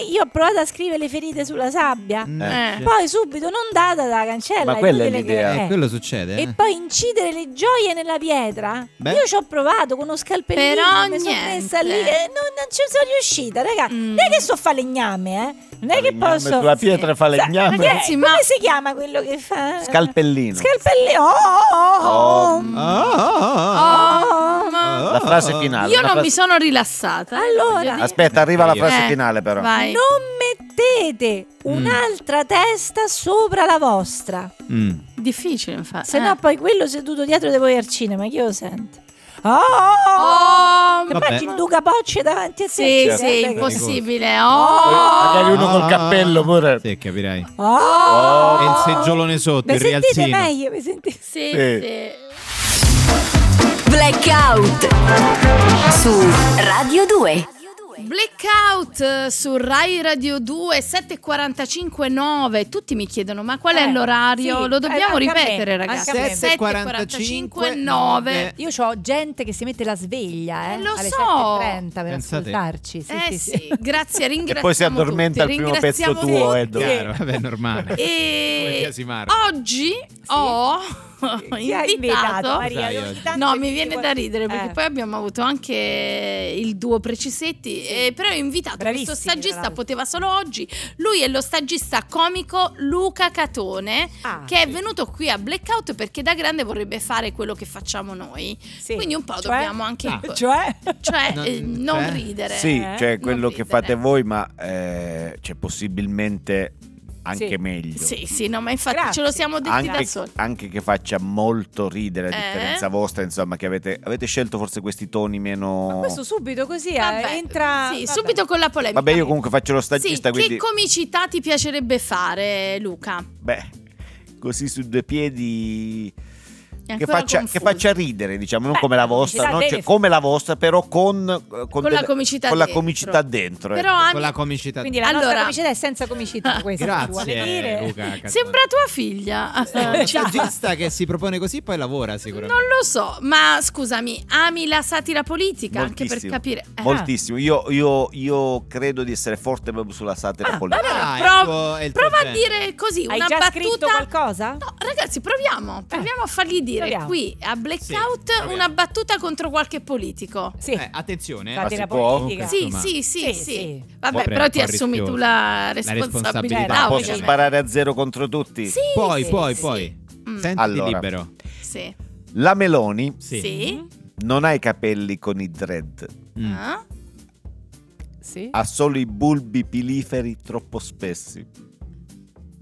Speaker 6: io ho provato a scrivere le ferite sulla sabbia.
Speaker 3: Eh,
Speaker 4: Eh.
Speaker 6: Poi subito non data la cancella.
Speaker 5: Ma quella è
Speaker 6: inutile che-
Speaker 5: l'idea.
Speaker 6: eh.
Speaker 3: eh, quello succede.
Speaker 6: E
Speaker 3: eh.
Speaker 6: poi incidere le gioie nella pietra.
Speaker 3: Beh.
Speaker 6: Io ci ho provato con uno scalpellino.
Speaker 4: Però
Speaker 6: mi sono
Speaker 4: niente.
Speaker 6: messa lì e non, non ci sono riuscita, raga.
Speaker 4: Mm.
Speaker 6: Non è che so fare legname, eh. Non è che
Speaker 5: Falegname,
Speaker 6: posso.
Speaker 5: Sulla pietra fa legname.
Speaker 6: Che-
Speaker 4: Ragazzi,
Speaker 6: come
Speaker 4: ma-
Speaker 6: si chiama quello che fa?
Speaker 5: Scalpellino.
Speaker 6: Scalpellino. Oh, oh, oh, oh.
Speaker 5: Oh,
Speaker 3: Ah, ah, ah,
Speaker 4: Oh, ma-
Speaker 3: ah.
Speaker 5: La frase finale.
Speaker 4: Io
Speaker 5: una
Speaker 4: non
Speaker 5: frase-
Speaker 4: mi sono rilassata. eh,
Speaker 6: Allora.
Speaker 4: voglio dire.
Speaker 5: Aspetta, arriva la frase
Speaker 4: Eh,
Speaker 5: finale però.
Speaker 4: Vai.
Speaker 6: Non mettete
Speaker 5: Mm.
Speaker 6: un'altra testa sopra la vostra.
Speaker 3: Mm.
Speaker 4: Difficile, infatti.
Speaker 6: Se
Speaker 4: Eh.
Speaker 6: no, poi quello seduto dietro di voi al cinema, chi lo sente? Oh, oh, oh.
Speaker 4: Oh,
Speaker 6: Che poi
Speaker 3: Vabbè.
Speaker 6: ci induca Bocce davanti a Cioè,
Speaker 4: sì,
Speaker 6: sé.
Speaker 4: sì,
Speaker 6: Guarda che-
Speaker 4: impossibile. Oh,
Speaker 5: Magari uno col
Speaker 3: Ah,
Speaker 5: cappello pure.
Speaker 3: Sì, capirai.
Speaker 6: Oh!
Speaker 3: E il seggiolone sotto,
Speaker 6: Mi
Speaker 3: il
Speaker 6: sentite
Speaker 3: rialzino.
Speaker 6: meglio? Mi sentite?
Speaker 4: sì,
Speaker 5: Sì.
Speaker 4: sì.
Speaker 1: Blackout su Radio 2.
Speaker 4: Blackout eh, su Rai Radio 2 7:45 9. Tutti mi chiedono "Ma qual è
Speaker 6: Eh,
Speaker 4: l'orario?"
Speaker 6: sì,
Speaker 4: Lo dobbiamo
Speaker 6: anche a me,
Speaker 4: ripetere,
Speaker 6: anche
Speaker 4: ragazzi.
Speaker 6: a me.
Speaker 3: 7:45,
Speaker 4: 9.
Speaker 9: Io ho gente che si mette la sveglia eh,
Speaker 4: Eh, lo
Speaker 9: alle
Speaker 4: so.
Speaker 9: 7.30 per
Speaker 3: Pensate.
Speaker 9: ascoltarci. Sì,
Speaker 4: eh
Speaker 9: sì,
Speaker 4: sì,
Speaker 9: sì.
Speaker 4: grazie, ringraziamo
Speaker 5: E poi si addormenta
Speaker 4: tutti,
Speaker 5: il primo pezzo
Speaker 4: ringraziamo
Speaker 5: tuo, Edo.
Speaker 3: Chiaro, vabbè, è [LAUGHS] normale. Come
Speaker 4: E
Speaker 3: Chiasi Marco.
Speaker 4: oggi [LAUGHS] ho
Speaker 6: Chi ha invitato
Speaker 4: invitato
Speaker 6: Maria?
Speaker 3: Dai,
Speaker 6: Ogni
Speaker 3: oggi.
Speaker 6: tanto
Speaker 4: No,
Speaker 6: ci
Speaker 4: mi viene
Speaker 6: vuole-
Speaker 4: da ridere perché
Speaker 6: Eh.
Speaker 4: poi abbiamo avuto anche il duo Precisetti, eh, però ho invitato
Speaker 9: Bravissimi,
Speaker 4: questo
Speaker 9: tra
Speaker 4: stagista,
Speaker 9: l'altro.
Speaker 4: poteva solo oggi, lui è lo stagista comico Luca Catone
Speaker 9: Ah,
Speaker 4: che è venuto qui a Blackout perché da grande vorrebbe fare quello che facciamo noi,
Speaker 9: sì.
Speaker 4: quindi un po'
Speaker 9: Cioè?
Speaker 4: dobbiamo anche...
Speaker 6: Eh,
Speaker 9: Cioè?
Speaker 4: Cioè,
Speaker 3: Non-
Speaker 4: eh, non
Speaker 3: cioè?
Speaker 4: ridere.
Speaker 5: Sì,
Speaker 9: Eh?
Speaker 5: cioè
Speaker 4: Non
Speaker 5: quello che
Speaker 4: ridere.
Speaker 5: fate voi, ma eh, cioè, possibilmente anche
Speaker 9: Sì.
Speaker 5: meglio.
Speaker 4: Sì, sì, no, ma infatti
Speaker 9: Grazie.
Speaker 4: ce lo siamo detti da
Speaker 5: Anche,
Speaker 4: soli.
Speaker 5: anche che faccia molto ridere a
Speaker 4: Eh?
Speaker 5: differenza vostra, insomma, che avete, avete scelto forse questi toni meno.
Speaker 9: Ma questo subito così eh,
Speaker 4: Vabbè,
Speaker 9: entra...
Speaker 4: sì,
Speaker 9: vabbè.
Speaker 4: subito con la polemica.
Speaker 5: Vabbè, io comunque faccio lo
Speaker 4: Sì,
Speaker 5: stagista, quindi.
Speaker 4: che comicità ti piacerebbe fare, Luca?
Speaker 5: beh, così su due piedi. che
Speaker 4: ancora
Speaker 5: faccia,
Speaker 4: confuso.
Speaker 5: che faccia ridere, diciamo, non
Speaker 6: Beh,
Speaker 5: come la
Speaker 6: la
Speaker 5: vostra, no?
Speaker 6: deve
Speaker 5: Cioè,
Speaker 6: fare.
Speaker 5: come la vostra, però con, eh, con
Speaker 4: Con la
Speaker 5: delle-
Speaker 4: comicità
Speaker 5: con la
Speaker 4: dentro.
Speaker 5: comicità dentro. ecco.
Speaker 4: Però Ani,
Speaker 3: Con la comicità.
Speaker 6: Quindi la
Speaker 4: Allora-
Speaker 6: nostra comicità è senza comicità questa ci vuole
Speaker 3: Ah, Grazie,
Speaker 6: dire.
Speaker 3: Luca. Cattone.
Speaker 4: sembra tua figlia.
Speaker 3: Il
Speaker 4: Ciao.
Speaker 3: saggista che si propone così poi lavora sicuramente.
Speaker 4: Eh, Non lo so, ma scusami, ami la satira politica? Anche per
Speaker 5: ecco. Moltissimo.
Speaker 4: capire. Eh,
Speaker 5: Moltissimo, io, io- io credo di essere forte proprio sulla satira
Speaker 6: Ah,
Speaker 5: politica.
Speaker 3: Ah,
Speaker 4: Pro-
Speaker 3: ecco, è il tuo
Speaker 4: prova a
Speaker 3: genere.
Speaker 4: dire così
Speaker 6: Hai
Speaker 4: una
Speaker 6: già scritto
Speaker 4: battuta.
Speaker 6: qualcosa? Eh,
Speaker 4: No, ragazzi, proviamo. Proviamo a fargli dire
Speaker 6: proviamo.
Speaker 4: qui a
Speaker 3: Sì,
Speaker 4: Blackout
Speaker 3: proviamo.
Speaker 4: una battuta contro qualche politico.
Speaker 6: Sì.
Speaker 3: Eh, attenzione, eh.
Speaker 6: Infatti
Speaker 5: ma
Speaker 6: la
Speaker 5: si può?
Speaker 6: politica.
Speaker 4: Sì,
Speaker 3: Insomma.
Speaker 4: sì, sì, sì,
Speaker 6: Sì, sì.
Speaker 4: Vabbè,
Speaker 3: Un po'
Speaker 4: però ti
Speaker 3: un po'
Speaker 4: assumi tu
Speaker 3: rischioso.
Speaker 4: la
Speaker 3: responsabilità,
Speaker 4: responsabilità.
Speaker 5: Posso
Speaker 4: Ah, ovviamente.
Speaker 5: sparare a zero contro tutti?
Speaker 4: Sì,
Speaker 3: Poi,
Speaker 4: sì,
Speaker 3: poi,
Speaker 4: sì.
Speaker 3: poi.
Speaker 4: Mm,
Speaker 3: Sentiti
Speaker 5: Allora.
Speaker 3: libero.
Speaker 4: sì.
Speaker 5: La Meloni
Speaker 3: Sì.
Speaker 4: Sì.
Speaker 5: non ha i capelli con i dread,
Speaker 3: Mm.
Speaker 4: Ah.
Speaker 6: Sì.
Speaker 5: ha solo i bulbi piliferi troppo spessi.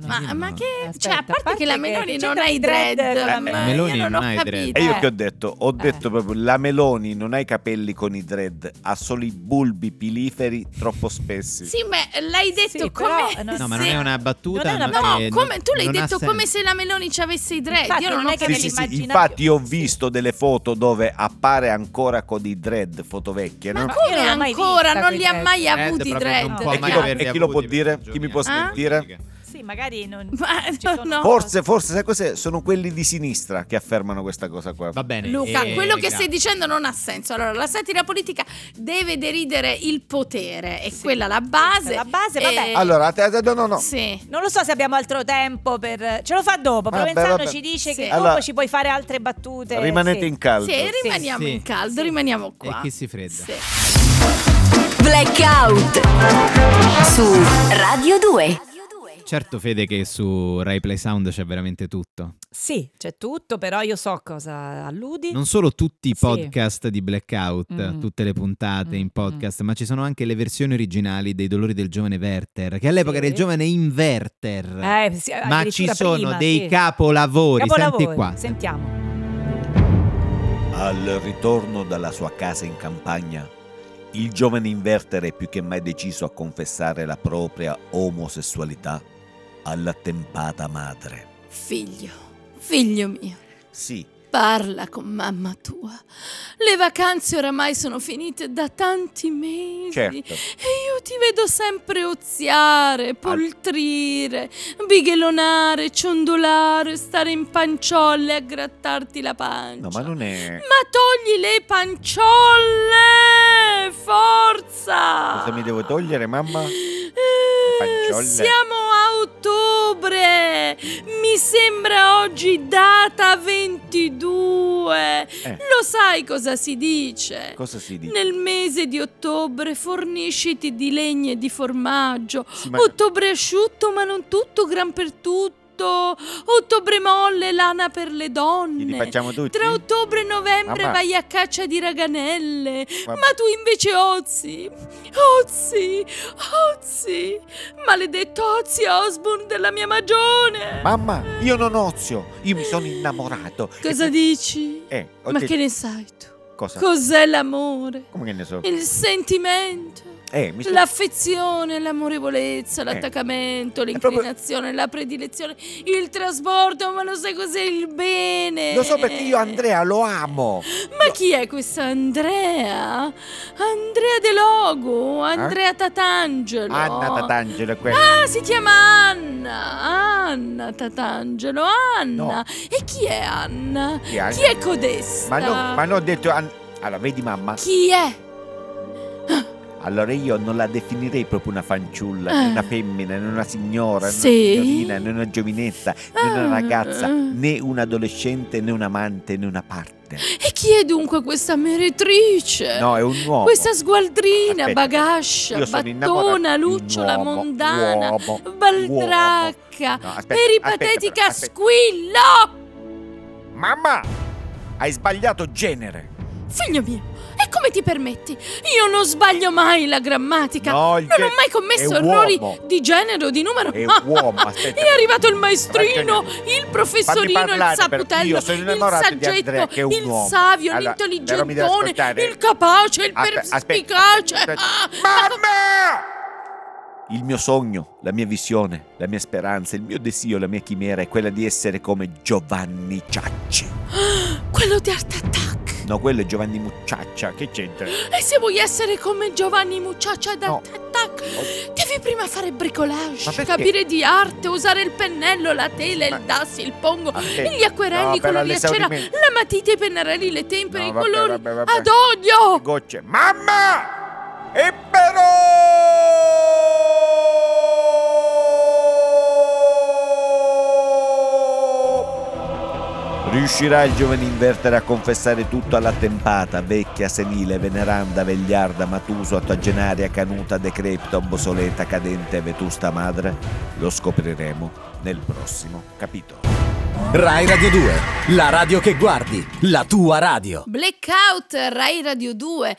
Speaker 4: Ma,
Speaker 3: io
Speaker 4: ma
Speaker 3: no.
Speaker 4: che
Speaker 6: Aspetta,
Speaker 4: cioè, a parte, che la Meloni non
Speaker 6: c'entra
Speaker 4: ha i
Speaker 6: i dread
Speaker 4: dread,
Speaker 6: con la Meloni?
Speaker 4: ma io
Speaker 3: Meloni
Speaker 4: non,
Speaker 3: non
Speaker 4: ho
Speaker 3: ha i
Speaker 4: capito.
Speaker 3: dread.
Speaker 5: E io
Speaker 6: Eh.
Speaker 5: che ho detto? Ho detto proprio la Meloni non ha i capelli con i dread, ha solo i bulbi piliferi troppo spessi.
Speaker 4: Sì, ma l'hai detto
Speaker 6: Sì, però-
Speaker 4: come
Speaker 6: no,
Speaker 3: No, ma
Speaker 4: se-
Speaker 3: non è una battuta.
Speaker 6: Non è una
Speaker 3: ma-
Speaker 4: No,
Speaker 3: eh,
Speaker 4: come, tu l'hai
Speaker 3: non ha
Speaker 4: detto
Speaker 3: senso.
Speaker 4: come se la Meloni ci avesse i dread.
Speaker 6: Infatti,
Speaker 4: io non,
Speaker 6: non
Speaker 4: ho
Speaker 6: è che
Speaker 5: Sì,
Speaker 4: capito.
Speaker 5: sì, sì,
Speaker 6: nell'immaginario-
Speaker 5: infatti io ho
Speaker 6: sì.
Speaker 5: visto delle foto dove appare ancora con i dread, foto vecchie, no?
Speaker 4: Ma
Speaker 6: Io
Speaker 4: come
Speaker 6: non l'ho mai
Speaker 4: ancora
Speaker 6: vista
Speaker 4: non
Speaker 6: quei
Speaker 4: li ha
Speaker 6: dread.
Speaker 4: mai
Speaker 3: Dread
Speaker 4: avuti i
Speaker 3: Eh, proprio
Speaker 4: dread?
Speaker 3: non
Speaker 6: dread.
Speaker 3: può
Speaker 6: E
Speaker 3: mai
Speaker 6: chi lo-
Speaker 3: averli
Speaker 5: e chi lo
Speaker 3: avuti
Speaker 5: può
Speaker 3: per
Speaker 5: dire?
Speaker 3: ragioni
Speaker 5: Chi mi può
Speaker 3: anche
Speaker 5: smentire?
Speaker 3: politiche.
Speaker 6: Sì, magari non
Speaker 4: Ma-
Speaker 6: ci sono-
Speaker 4: no.
Speaker 5: Forse, forse, sai cos'è? Sono quelli di sinistra che affermano questa cosa qua.
Speaker 3: Va bene.
Speaker 4: Luca,
Speaker 3: eh,
Speaker 4: quello che
Speaker 3: grazie.
Speaker 4: stai dicendo non ha senso. Allora, la satira politica deve deridere il potere, è quella la base.
Speaker 6: La base,
Speaker 4: E-
Speaker 6: vabbè.
Speaker 5: Allora, te- te- no, no, no.
Speaker 4: Sì.
Speaker 6: Non lo so se abbiamo altro tempo per ce lo fa dopo,
Speaker 5: Vabbè,
Speaker 6: Provenzano
Speaker 5: vabbè.
Speaker 6: ci dice
Speaker 4: Sì.
Speaker 6: che
Speaker 5: Allora-
Speaker 6: dopo ci puoi fare altre battute.
Speaker 5: Rimanete
Speaker 6: sì.
Speaker 5: in caldo.
Speaker 4: Sì, rimaniamo
Speaker 3: Sì.
Speaker 4: in caldo, rimaniamo qua.
Speaker 3: E chi si fredda.
Speaker 4: Sì.
Speaker 1: Blackout su Radio 2.
Speaker 3: Certo, Fede, che su Rai Play Sound c'è veramente tutto.
Speaker 6: Sì, c'è tutto, però io so cosa alludi.
Speaker 3: Non solo tutti i
Speaker 6: Sì.
Speaker 3: podcast di Blackout,
Speaker 6: Mm.
Speaker 3: tutte le puntate
Speaker 6: Mm,
Speaker 3: in podcast, ma ci sono anche le versioni originali dei dolori del giovane Werther, che all'epoca
Speaker 6: Sì.
Speaker 3: era il giovane Inverter.
Speaker 6: Eh, sì,
Speaker 3: ma ci
Speaker 6: addirittura
Speaker 3: sono
Speaker 6: prima,
Speaker 3: dei
Speaker 6: sì.
Speaker 3: capolavori, senti qua.
Speaker 6: Sentiamo.
Speaker 5: Al ritorno dalla sua casa in campagna, il giovane invertere è più che mai deciso a confessare la propria omosessualità all'attempata madre.
Speaker 4: Figlio, figlio mio.
Speaker 5: Sì,
Speaker 4: Parla con mamma tua. Le vacanze oramai sono finite da tanti mesi.
Speaker 5: Certo. Ah.
Speaker 4: E io ti vedo sempre oziare, poltrire, bighellonare, ciondolare, stare in panciolle a grattarti la pancia.
Speaker 5: no, ma non è.
Speaker 4: Ma togli le panciolle! Forza!
Speaker 5: Cosa mi devo togliere, mamma?
Speaker 4: Eh,
Speaker 5: panciolle?
Speaker 4: Siamo a ottobre! Mi sembra oggi data 22.
Speaker 5: Eh.
Speaker 4: Lo sai cosa si dice?
Speaker 5: Cosa si dice?
Speaker 4: Nel mese di ottobre fornisciti di legno e di formaggio.
Speaker 5: Sì, ma-
Speaker 4: Ottobre asciutto, ma non tutto, gran per tutto. Ottobre molle, lana per le
Speaker 5: Li
Speaker 4: donne.
Speaker 5: facciamo tutti?
Speaker 4: Tra ottobre e novembre
Speaker 5: Mamma.
Speaker 4: vai a caccia di raganelle,
Speaker 5: Ma-
Speaker 4: ma tu invece ozi, ozi, ozi, maledetto ozi Osborne della mia magione.
Speaker 5: Mamma, io non ozio, io mi sono innamorato.
Speaker 4: Cosa
Speaker 5: E-
Speaker 4: dici?
Speaker 5: Eh, ho
Speaker 4: ma
Speaker 5: detto-
Speaker 4: che ne sai tu?
Speaker 5: Cosa?
Speaker 4: Cos'è l'amore?
Speaker 5: Come che ne so?
Speaker 4: Il sentimento?
Speaker 5: Eh, mi Eh. sono...
Speaker 4: L'affezione, l'amorevolezza, l'attaccamento, l'inclinazione, la predilezione, il trasbordo, ma lo sai cos'è il bene?
Speaker 5: Lo so perché io Andrea lo amo.
Speaker 4: Ma chi è questa Andrea? Andrea De Logo, Andrea Tatangelo.
Speaker 5: Eh? Anna Tatangelo è quella.
Speaker 4: Ah, si chiama Anna. Anna Tatangelo, Anna.
Speaker 5: No.
Speaker 4: E chi è Anna?
Speaker 5: Chi è Anna?
Speaker 4: Chi è codesta?
Speaker 5: Ma no, ma no, ho detto... an- Allora, vedi mamma?
Speaker 4: Chi è?
Speaker 5: Allora io non la definirei proprio una fanciulla,
Speaker 4: Ah.
Speaker 5: né una femmina, né una signora, né
Speaker 4: Sì?
Speaker 5: una signorina, né una giovinetta, né
Speaker 4: Ah.
Speaker 5: una ragazza, né un adolescente, né un amante, né una parte.
Speaker 4: E chi è dunque questa meretrice?
Speaker 5: No, è un uomo.
Speaker 4: Eh, Questa sgualdrina,
Speaker 5: Aspetta,
Speaker 4: bagascia,
Speaker 5: io sono innamorato di
Speaker 4: battona,
Speaker 5: un
Speaker 4: lucciola,
Speaker 5: uomo,
Speaker 4: mondana,
Speaker 5: uomo,
Speaker 4: baldracca,
Speaker 5: uomo. No, aspetta,
Speaker 4: peripatetica
Speaker 5: aspetta,
Speaker 4: squillo!
Speaker 5: aspetta. Mamma! Hai sbagliato genere.
Speaker 4: Figlio mio, e come ti permetti? Io non sbaglio mai la grammatica.
Speaker 5: No, il
Speaker 4: non
Speaker 5: gen-
Speaker 4: ho mai commesso
Speaker 5: è
Speaker 4: errori
Speaker 5: uomo.
Speaker 4: di genere o di numero.
Speaker 5: È
Speaker 4: [LAUGHS]
Speaker 5: uomo, aspetta.
Speaker 4: È arrivato il maestrino,
Speaker 5: Ragioniamo.
Speaker 4: il professorino,
Speaker 5: Fammi parlare,
Speaker 4: il
Speaker 5: per-
Speaker 4: saputello,
Speaker 5: io sono
Speaker 4: il
Speaker 5: innamorato di
Speaker 4: saggetto,
Speaker 5: Andrea, che è un
Speaker 4: il
Speaker 5: uomo.
Speaker 4: savio,
Speaker 5: Allora, però mi devi
Speaker 4: l'intelligentone,
Speaker 5: ascoltare.
Speaker 4: il capace, il
Speaker 5: Aspe- Ah, aspetta,
Speaker 4: perspicace.
Speaker 5: aspetta.
Speaker 4: Ah,
Speaker 5: Mamma! Il mio sogno, la mia visione, la mia speranza, il mio desio, la mia chimera è quella di essere come Giovanni Ciacci.
Speaker 4: Ah, Quello di Art Attack.
Speaker 5: No, quello è Giovanni Mucciaccia, che c'entra?
Speaker 4: E se vuoi essere come Giovanni Mucciaccia ad
Speaker 5: No.
Speaker 4: Art Attack, devi prima fare
Speaker 5: Ma
Speaker 4: bricolage,
Speaker 5: perché?
Speaker 4: capire di arte, usare il pennello, la tela,
Speaker 5: Ma-
Speaker 4: il dasso, il pongo,
Speaker 5: Ah, eh.
Speaker 4: gli acquerelli
Speaker 5: No,
Speaker 4: con
Speaker 5: però
Speaker 4: la riaccera,
Speaker 5: all'esaurimento.
Speaker 4: la matita, i pennarelli, le tempere,
Speaker 5: No,
Speaker 4: i
Speaker 5: vabbè,
Speaker 4: colori.
Speaker 5: vabbè, vabbè.
Speaker 4: Ad olio!
Speaker 5: Gocce. Mamma! E però! Riuscirà il giovane invertere a confessare tutto alla tempata, vecchia, senile, veneranda, vegliarda, matuso, attagenaria, canuta, decrepita, obsoleta, cadente e vetusta madre? Lo scopriremo nel prossimo capitolo.
Speaker 7: Rai Radio 2, la radio che guardi, la tua radio.
Speaker 4: Blackout Rai Radio 2 è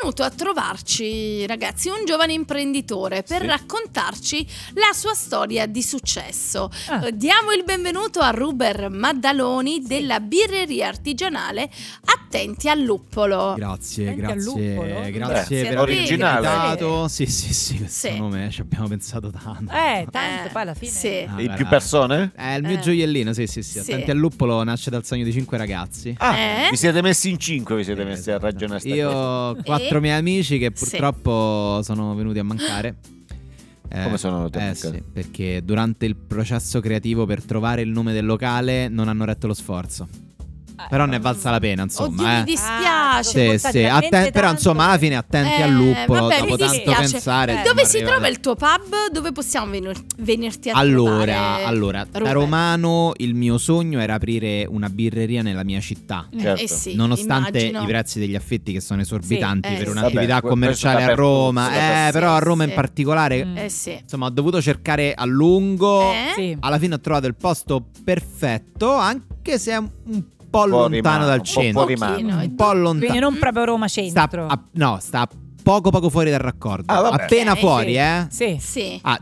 Speaker 4: venuto a trovarci, ragazzi, un giovane imprenditore per raccontarci la sua storia di successo.
Speaker 6: Ah.
Speaker 4: Eh, Diamo il benvenuto a Ruber Maddaloni della birreria artigianale Attenti al Luppolo.
Speaker 3: Grazie,
Speaker 6: Attenti al luppolo.
Speaker 3: grazie,
Speaker 4: Grazie
Speaker 3: grazie
Speaker 4: a
Speaker 3: per
Speaker 4: te.
Speaker 3: aver
Speaker 5: Originale.
Speaker 3: invitato. Sì, sì, sì, questo
Speaker 4: Sì.
Speaker 3: nome ci abbiamo pensato tanto.
Speaker 6: Eh, tanto
Speaker 4: Eh,
Speaker 6: poi alla fine.
Speaker 4: Sì.
Speaker 3: Ah,
Speaker 5: E
Speaker 3: guarda,
Speaker 5: più persone?
Speaker 3: È il mio
Speaker 4: Eh.
Speaker 3: gioiellino, sì, sì, sì.
Speaker 4: Sì.
Speaker 3: Attenti al luppolo nasce dal sogno di cinque ragazzi.
Speaker 5: Ah,
Speaker 4: Eh?
Speaker 5: vi siete messi in cinque, vi siete
Speaker 3: Eh,
Speaker 5: messi a
Speaker 3: esatto.
Speaker 5: ragionare. sta
Speaker 3: Io
Speaker 5: cosa.
Speaker 3: ho quattro
Speaker 4: E?
Speaker 3: miei amici che
Speaker 4: Sì.
Speaker 3: purtroppo sono venuti a mancare. Eh,
Speaker 5: [GASPS] Come sono venuti a
Speaker 3: eh,
Speaker 5: mancare?
Speaker 3: sì, perché durante il processo creativo per trovare il nome del locale non hanno retto lo sforzo. Però ne è
Speaker 6: ah,
Speaker 3: valsa la pena, insomma.
Speaker 4: Oddio,
Speaker 3: eh.
Speaker 4: Ah, mi dispiace.
Speaker 3: Sì,
Speaker 6: Sono
Speaker 3: sì,
Speaker 6: talmente
Speaker 3: atten- però
Speaker 6: tanto
Speaker 3: insomma alla fine attenti
Speaker 4: Eh,
Speaker 3: al luppolo,
Speaker 4: vabbè,
Speaker 3: dopo
Speaker 4: mi
Speaker 3: tanto
Speaker 4: dispiace.
Speaker 3: pensare.
Speaker 6: Eh.
Speaker 3: siamo
Speaker 4: Dove si
Speaker 3: arrivati-
Speaker 4: trova il tuo pub? Dove possiamo venir- venirti a
Speaker 3: Allora,
Speaker 4: trovare?
Speaker 3: allora, da
Speaker 4: Ruber?
Speaker 3: romano il mio sogno era aprire una birreria nella mia città.
Speaker 4: Eh,
Speaker 5: Certo.
Speaker 4: eh sì,
Speaker 3: Nonostante
Speaker 4: immagino.
Speaker 3: i prezzi degli affitti che sono esorbitanti
Speaker 4: Sì, eh,
Speaker 3: per
Speaker 4: sì.
Speaker 3: un'attività
Speaker 5: Vabbè, que-
Speaker 3: commerciale
Speaker 5: questo
Speaker 3: a Roma,
Speaker 5: dappertutto,
Speaker 3: eh,
Speaker 4: sì,
Speaker 3: però a Roma in
Speaker 4: sì.
Speaker 3: particolare,
Speaker 6: Mm.
Speaker 4: Eh sì.
Speaker 3: insomma, ho dovuto cercare a lungo.
Speaker 4: Eh?
Speaker 6: Sì.
Speaker 3: Alla fine ho trovato il posto perfetto, anche se è un po' lontano
Speaker 5: rimane,
Speaker 3: dal
Speaker 5: un po'
Speaker 3: centro.
Speaker 5: fuori mano.
Speaker 4: Pochino,
Speaker 3: un po'
Speaker 6: Quindi
Speaker 3: lontano.
Speaker 6: non proprio Roma
Speaker 3: Sta
Speaker 6: centro.
Speaker 3: a- no, sta poco poco fuori dal raccordo.
Speaker 5: Ah, vabbè.
Speaker 3: Appena
Speaker 4: Ok,
Speaker 3: fuori,
Speaker 6: sì.
Speaker 3: eh.
Speaker 6: Sì.
Speaker 4: Sì.
Speaker 3: Ah,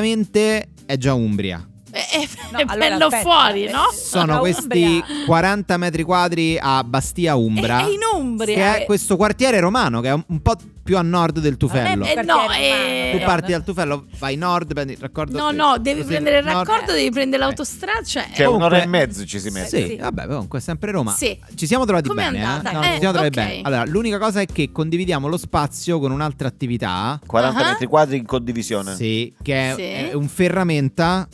Speaker 3: tecnicamente è già Umbria.
Speaker 4: Eh, eh,
Speaker 6: No,
Speaker 4: è
Speaker 6: allora,
Speaker 4: bello
Speaker 6: aspetta.
Speaker 4: fuori, no?
Speaker 3: Sono
Speaker 6: da
Speaker 3: questi
Speaker 6: Umbria.
Speaker 3: 40 metri quadri a Bastia Umbra.
Speaker 4: È, è in Umbria.
Speaker 3: Che è eh, questo quartiere romano che è un- un po' più a nord del Tufello.
Speaker 6: Eh,
Speaker 4: Eh, no,
Speaker 6: Quartiere
Speaker 4: eh,
Speaker 3: Tu
Speaker 6: romano.
Speaker 3: parti dal Tufello, vai nord, prendi il raccordo.
Speaker 4: no, no, devi
Speaker 3: Così, eh.
Speaker 4: prendere il
Speaker 3: nord.
Speaker 4: raccordo, devi prendere l'autostrada. Cioè,
Speaker 5: Cioè,
Speaker 3: Comunque-
Speaker 5: un'ora e mezzo ci si mette.
Speaker 3: Sì, Ah,
Speaker 6: Sì.
Speaker 3: vabbè, comunque è sempre Roma.
Speaker 4: Sì.
Speaker 3: Ci siamo trovati
Speaker 4: Com'è
Speaker 3: bene,
Speaker 4: andata?
Speaker 3: eh? No, ci
Speaker 4: Eh,
Speaker 3: siamo trovati
Speaker 4: ok.
Speaker 3: bene. Allora, l'unica cosa è che condividiamo lo spazio con un'altra attività.
Speaker 5: 40
Speaker 4: Ah.
Speaker 5: metri quadri in condivisione.
Speaker 3: Sì, che è,
Speaker 4: Sì.
Speaker 3: è un ferramenta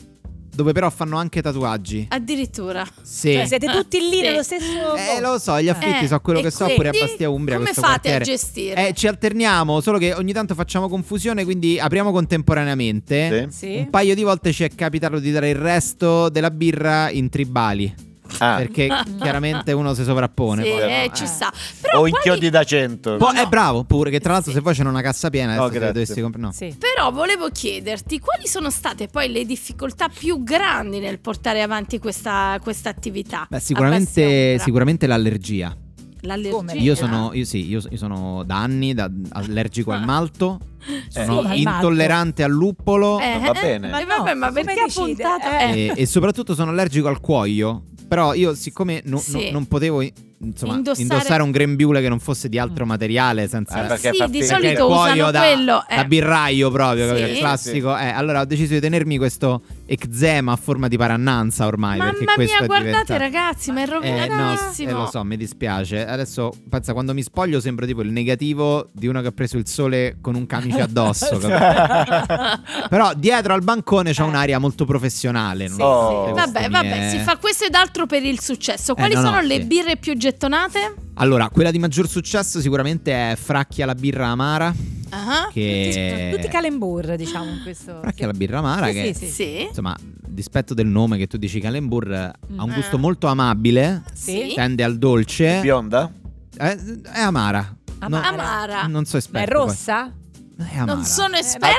Speaker 3: dove però fanno anche tatuaggi.
Speaker 4: addirittura.
Speaker 3: Sì.
Speaker 6: Cioè, siete tutti lì
Speaker 4: Sì.
Speaker 6: nello stesso.
Speaker 3: Eh, lo so, gli affitti
Speaker 4: Eh,
Speaker 3: so quello
Speaker 4: e
Speaker 3: che so,
Speaker 4: quindi
Speaker 3: pure a Bastia Umbria.
Speaker 4: come
Speaker 3: questo
Speaker 4: fate
Speaker 3: quartiere.
Speaker 4: a gestire?
Speaker 3: Eh, ci alterniamo, solo che ogni tanto facciamo confusione, quindi apriamo contemporaneamente.
Speaker 5: Sì?
Speaker 6: Sì.
Speaker 3: Un paio di volte ci è capitato di dare il resto della birra in tribali.
Speaker 5: Ah,
Speaker 3: Perché chiaramente uno si sovrappone.
Speaker 4: Sì,
Speaker 3: poi, no?
Speaker 4: eh,
Speaker 3: Eh.
Speaker 4: ci sta. Però
Speaker 5: o
Speaker 4: quali-
Speaker 5: inchiodi da 100.
Speaker 3: Poi è bravo pure, che tra l'altro
Speaker 4: Sì.
Speaker 3: se poi c'è una cassa piena,
Speaker 5: No,
Speaker 3: adesso se
Speaker 5: Oh, grazie.
Speaker 3: dovessi comprare. No.
Speaker 4: [LAUGHS]
Speaker 6: Sì.
Speaker 4: Però volevo chiederti quali sono state poi le difficoltà più grandi nel portare avanti questa, questa attività?
Speaker 3: Beh,
Speaker 4: A Bastia
Speaker 3: sicuramente,
Speaker 4: Umbra?
Speaker 3: sicuramente l'allergia.
Speaker 4: L'allergia.
Speaker 6: Come?
Speaker 3: Io sono, io sì, io, io sono da anni da- allergico al malto,
Speaker 6: Sì,
Speaker 3: sono
Speaker 6: al
Speaker 3: intollerante al luppolo.
Speaker 4: Eh,
Speaker 5: va
Speaker 4: eh,
Speaker 5: bene.
Speaker 4: Ma,
Speaker 6: Ma
Speaker 4: vabbè,
Speaker 6: no,
Speaker 4: ma
Speaker 6: come
Speaker 4: perché ha
Speaker 6: decide?
Speaker 4: puntato?
Speaker 6: Eh.
Speaker 4: eh,
Speaker 3: e, e soprattutto sono allergico al cuoio. Però io, siccome no- no-
Speaker 4: Sì.
Speaker 3: non potevo i- insomma,
Speaker 4: Indossare-
Speaker 3: indossare... un grembiule che non fosse di altro materiale, senza
Speaker 5: Ah, perché
Speaker 4: sì,
Speaker 5: fa
Speaker 4: di
Speaker 5: finta.
Speaker 3: perché
Speaker 4: solito
Speaker 3: il
Speaker 4: usano
Speaker 3: Eh, cuoio da,
Speaker 4: quello. eh.
Speaker 3: da birraio proprio, capito?
Speaker 4: Sì.
Speaker 3: il classico. Eh, allora ho deciso di tenermi questo eczema a forma di parannanza ormai. perché
Speaker 4: Mamma
Speaker 3: questo
Speaker 4: mia,
Speaker 3: è
Speaker 4: guardate
Speaker 3: diventato...
Speaker 4: ragazzi, ma è
Speaker 3: Eh, no,
Speaker 4: rovinatissimo.
Speaker 3: eh, lo so, mi dispiace. Adesso pensa, quando mi spoglio sembro tipo il negativo di uno che ha preso il sole con un camice addosso.
Speaker 6: Cioè.
Speaker 3: capito?
Speaker 6: Eh,
Speaker 3: Però dietro al bancone c'è un'aria molto professionale. non
Speaker 5: Sì,
Speaker 3: so,
Speaker 5: sì.
Speaker 3: tutte queste
Speaker 4: Vabbè, vabbè,
Speaker 3: mie-
Speaker 4: si fa questo ed altro per il successo. Quali
Speaker 3: Eh, no, no,
Speaker 4: sono le
Speaker 3: sì.
Speaker 4: birre più gettonate?
Speaker 3: Allora, quella di maggior successo sicuramente è Fracchia la birra amara.
Speaker 4: Ah,
Speaker 3: Che...
Speaker 6: Eh, Tutti calembur, diciamo, in questo.
Speaker 3: Fracchia la birra amara
Speaker 6: Sì,
Speaker 3: che...
Speaker 6: sì, sì.
Speaker 4: Sì.
Speaker 3: Insomma, dispetto del nome che tu dici Calembur, ha un
Speaker 4: Mm.
Speaker 3: gusto molto amabile,
Speaker 6: Sì.
Speaker 3: tende al dolce,
Speaker 5: Bionda?
Speaker 3: Eh, è amara.
Speaker 6: Amara.
Speaker 4: Amara.
Speaker 3: Non so
Speaker 6: Ah, Ma è
Speaker 3: esperto. poi.
Speaker 6: rossa?
Speaker 3: Ah, È amara.
Speaker 4: Non sono
Speaker 5: Ha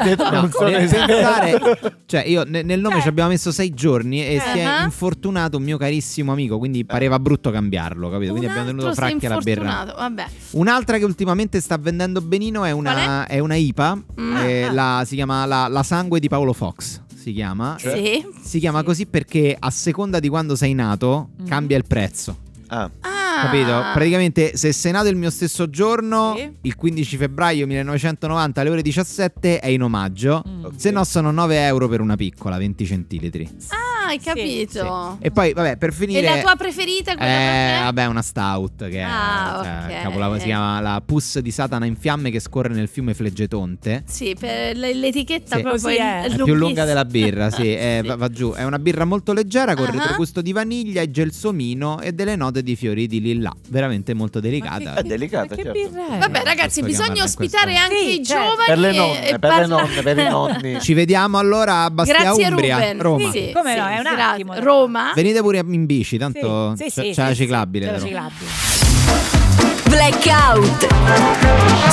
Speaker 5: detto
Speaker 4: esperto.
Speaker 5: non sono
Speaker 3: Nel
Speaker 5: esperto.
Speaker 3: pensare- cioè, io ne- nel
Speaker 6: Eh.
Speaker 3: nome ci abbiamo messo sei giorni e si è
Speaker 4: Ah.
Speaker 3: infortunato un mio carissimo amico,
Speaker 5: Eh.
Speaker 3: quindi pareva brutto cambiarlo, capito? Quindi abbiamo tenuto fracchia la berra.
Speaker 4: Vabbè.
Speaker 3: Un'altra che ultimamente sta vendendo benino è una, è? una IPA,
Speaker 4: Mm.
Speaker 3: eh, la- si chiama la, la sangue di Paolo Fox. Si chiama.
Speaker 4: Cioè? Sì.
Speaker 3: Si chiama così perché a seconda di quando sei nato cambia il prezzo.
Speaker 5: Ah,
Speaker 4: Ah.
Speaker 3: Capito? Praticamente se sei nato il mio stesso giorno,
Speaker 6: Sì.
Speaker 3: il 15 febbraio 1990 alle ore 17 è in omaggio.
Speaker 6: Mm.
Speaker 3: Se no sono 9 euro per una piccola, 20 centilitri.
Speaker 4: Ah, hai capito?
Speaker 3: E poi, vabbè, per finire.
Speaker 4: E la tua preferita, quella
Speaker 3: Eh,
Speaker 4: per te?
Speaker 3: vabbè, una stout che è,
Speaker 4: Ah,
Speaker 3: cioè,
Speaker 4: ok.
Speaker 3: cavolo, si chiama la pus di Satana in fiamme che scorre nel fiume Fleggetonte.
Speaker 4: Sì, per l- l'etichetta
Speaker 3: Sì.
Speaker 4: proprio
Speaker 6: Così è.
Speaker 4: è
Speaker 6: È
Speaker 3: È più
Speaker 4: lunghissima.
Speaker 3: lunga della birra,
Speaker 4: [LAUGHS]
Speaker 3: sì, eh, va- va giù. È una birra molto leggera con
Speaker 4: Ah.
Speaker 3: retrogusto di vaniglia e gelsomino e delle note di fiori di lillà, veramente molto delicata.
Speaker 5: È delicata,
Speaker 6: Ma che
Speaker 5: certo.
Speaker 6: birra è?
Speaker 4: Vabbè,
Speaker 3: Posso
Speaker 4: ragazzi,
Speaker 3: chiamarla
Speaker 4: bisogna
Speaker 3: in questo
Speaker 4: ospitare anche
Speaker 6: modo.
Speaker 4: i
Speaker 6: Sì, certo.
Speaker 4: giovani
Speaker 5: Per le
Speaker 4: e-
Speaker 5: nonne,
Speaker 4: e
Speaker 5: per le
Speaker 4: eh, parla-
Speaker 5: nonne,
Speaker 4: [LAUGHS]
Speaker 5: per i nonni.
Speaker 3: Ci vediamo allora a Bastia
Speaker 4: Grazie
Speaker 3: Umbria,
Speaker 4: Ruben.
Speaker 3: Roma.
Speaker 4: Sì, Ah?
Speaker 6: Come
Speaker 4: sì,
Speaker 6: no, è un
Speaker 4: gra-
Speaker 6: attimo da-
Speaker 4: Roma.
Speaker 3: Venite pure in bici, tanto
Speaker 6: Sì, sì,
Speaker 3: c'è,
Speaker 6: sì,
Speaker 3: c'è la
Speaker 6: sì,
Speaker 3: ciclabile.
Speaker 6: c'è la
Speaker 3: però.
Speaker 6: ciclabile.
Speaker 1: Blackout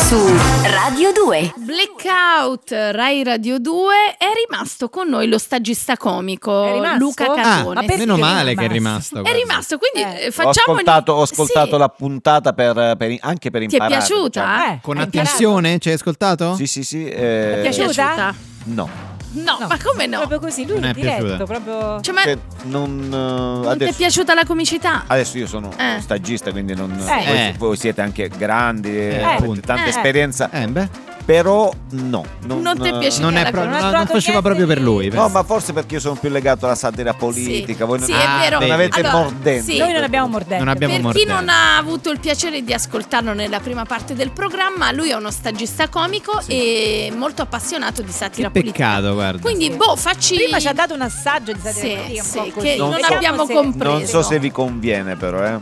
Speaker 1: su Radio 2.
Speaker 4: Blackout Rai Radio 2 è rimasto con noi lo stagista
Speaker 6: È
Speaker 4: comico
Speaker 6: rimasto?
Speaker 4: Luca
Speaker 6: Ah,
Speaker 4: Catone.
Speaker 6: ma perché
Speaker 3: Meno male
Speaker 6: è
Speaker 3: che è
Speaker 6: rimasto?
Speaker 3: rimasto.
Speaker 4: È
Speaker 3: guarda.
Speaker 4: rimasto, quindi
Speaker 6: Eh,
Speaker 4: eh,
Speaker 5: Ho
Speaker 4: facciamogli-
Speaker 5: ascoltato, ho ascoltato
Speaker 4: Sì.
Speaker 5: la diciamo. puntata per- per- anche per
Speaker 4: Ti è
Speaker 5: imparare.
Speaker 4: piaciuta?
Speaker 6: Eh,
Speaker 3: Con
Speaker 6: hai
Speaker 3: attenzione, ci hai ascoltato?
Speaker 5: diciamo. Sì, sì, sì. eh,
Speaker 6: Ti è
Speaker 4: Ti è
Speaker 6: piaciuta?
Speaker 4: piaciuta?
Speaker 5: No.
Speaker 4: No, ma come no?
Speaker 6: Proprio così, lui
Speaker 3: Non è
Speaker 6: diretto,
Speaker 3: piaciuta.
Speaker 6: proprio...
Speaker 4: Cioè, ma
Speaker 5: Che non, eh,
Speaker 4: non ti è
Speaker 5: adesso,
Speaker 4: piaciuta la comicità?
Speaker 5: adesso io sono
Speaker 4: Eh.
Speaker 5: uno stagista, quindi non,
Speaker 6: Eh.
Speaker 5: voi,
Speaker 3: Eh.
Speaker 5: voi siete anche grandi, eh,
Speaker 3: appunto.
Speaker 5: tanta
Speaker 4: Eh.
Speaker 5: esperienza,
Speaker 3: Eh, beh.
Speaker 5: però no.
Speaker 4: Non ti è
Speaker 5: eh,
Speaker 4: piaciuta?
Speaker 3: Non, è
Speaker 6: Ecco,
Speaker 3: pro-
Speaker 6: non ha
Speaker 3: no, non
Speaker 6: trovato
Speaker 3: faceva
Speaker 6: niente
Speaker 3: proprio
Speaker 6: di-
Speaker 3: per lui.
Speaker 5: No,
Speaker 3: penso.
Speaker 5: ma forse perché io sono più legato alla satira politica. Voi non,
Speaker 4: Sì, è
Speaker 5: Ah,
Speaker 4: vero.
Speaker 5: non avete
Speaker 4: Allora,
Speaker 5: mordente.
Speaker 4: sì.
Speaker 6: Noi non abbiamo mordente.
Speaker 3: Non abbiamo
Speaker 4: per chi
Speaker 3: mordente.
Speaker 4: non ha avuto il piacere di ascoltarlo nella prima parte del programma, lui è uno stagista comico e molto appassionato di satira
Speaker 3: Che
Speaker 4: politica.
Speaker 3: peccato, guarda.
Speaker 4: Quindi, boh, facci.
Speaker 6: Prima ci ha dato un assaggio di
Speaker 4: Sì,
Speaker 6: satira politica
Speaker 4: sì,
Speaker 6: un po' così. Diciamo
Speaker 4: che
Speaker 5: Non
Speaker 4: non,
Speaker 5: so-
Speaker 4: abbiamo
Speaker 6: se-
Speaker 4: compreso.
Speaker 5: Non so se vi conviene, però, eh.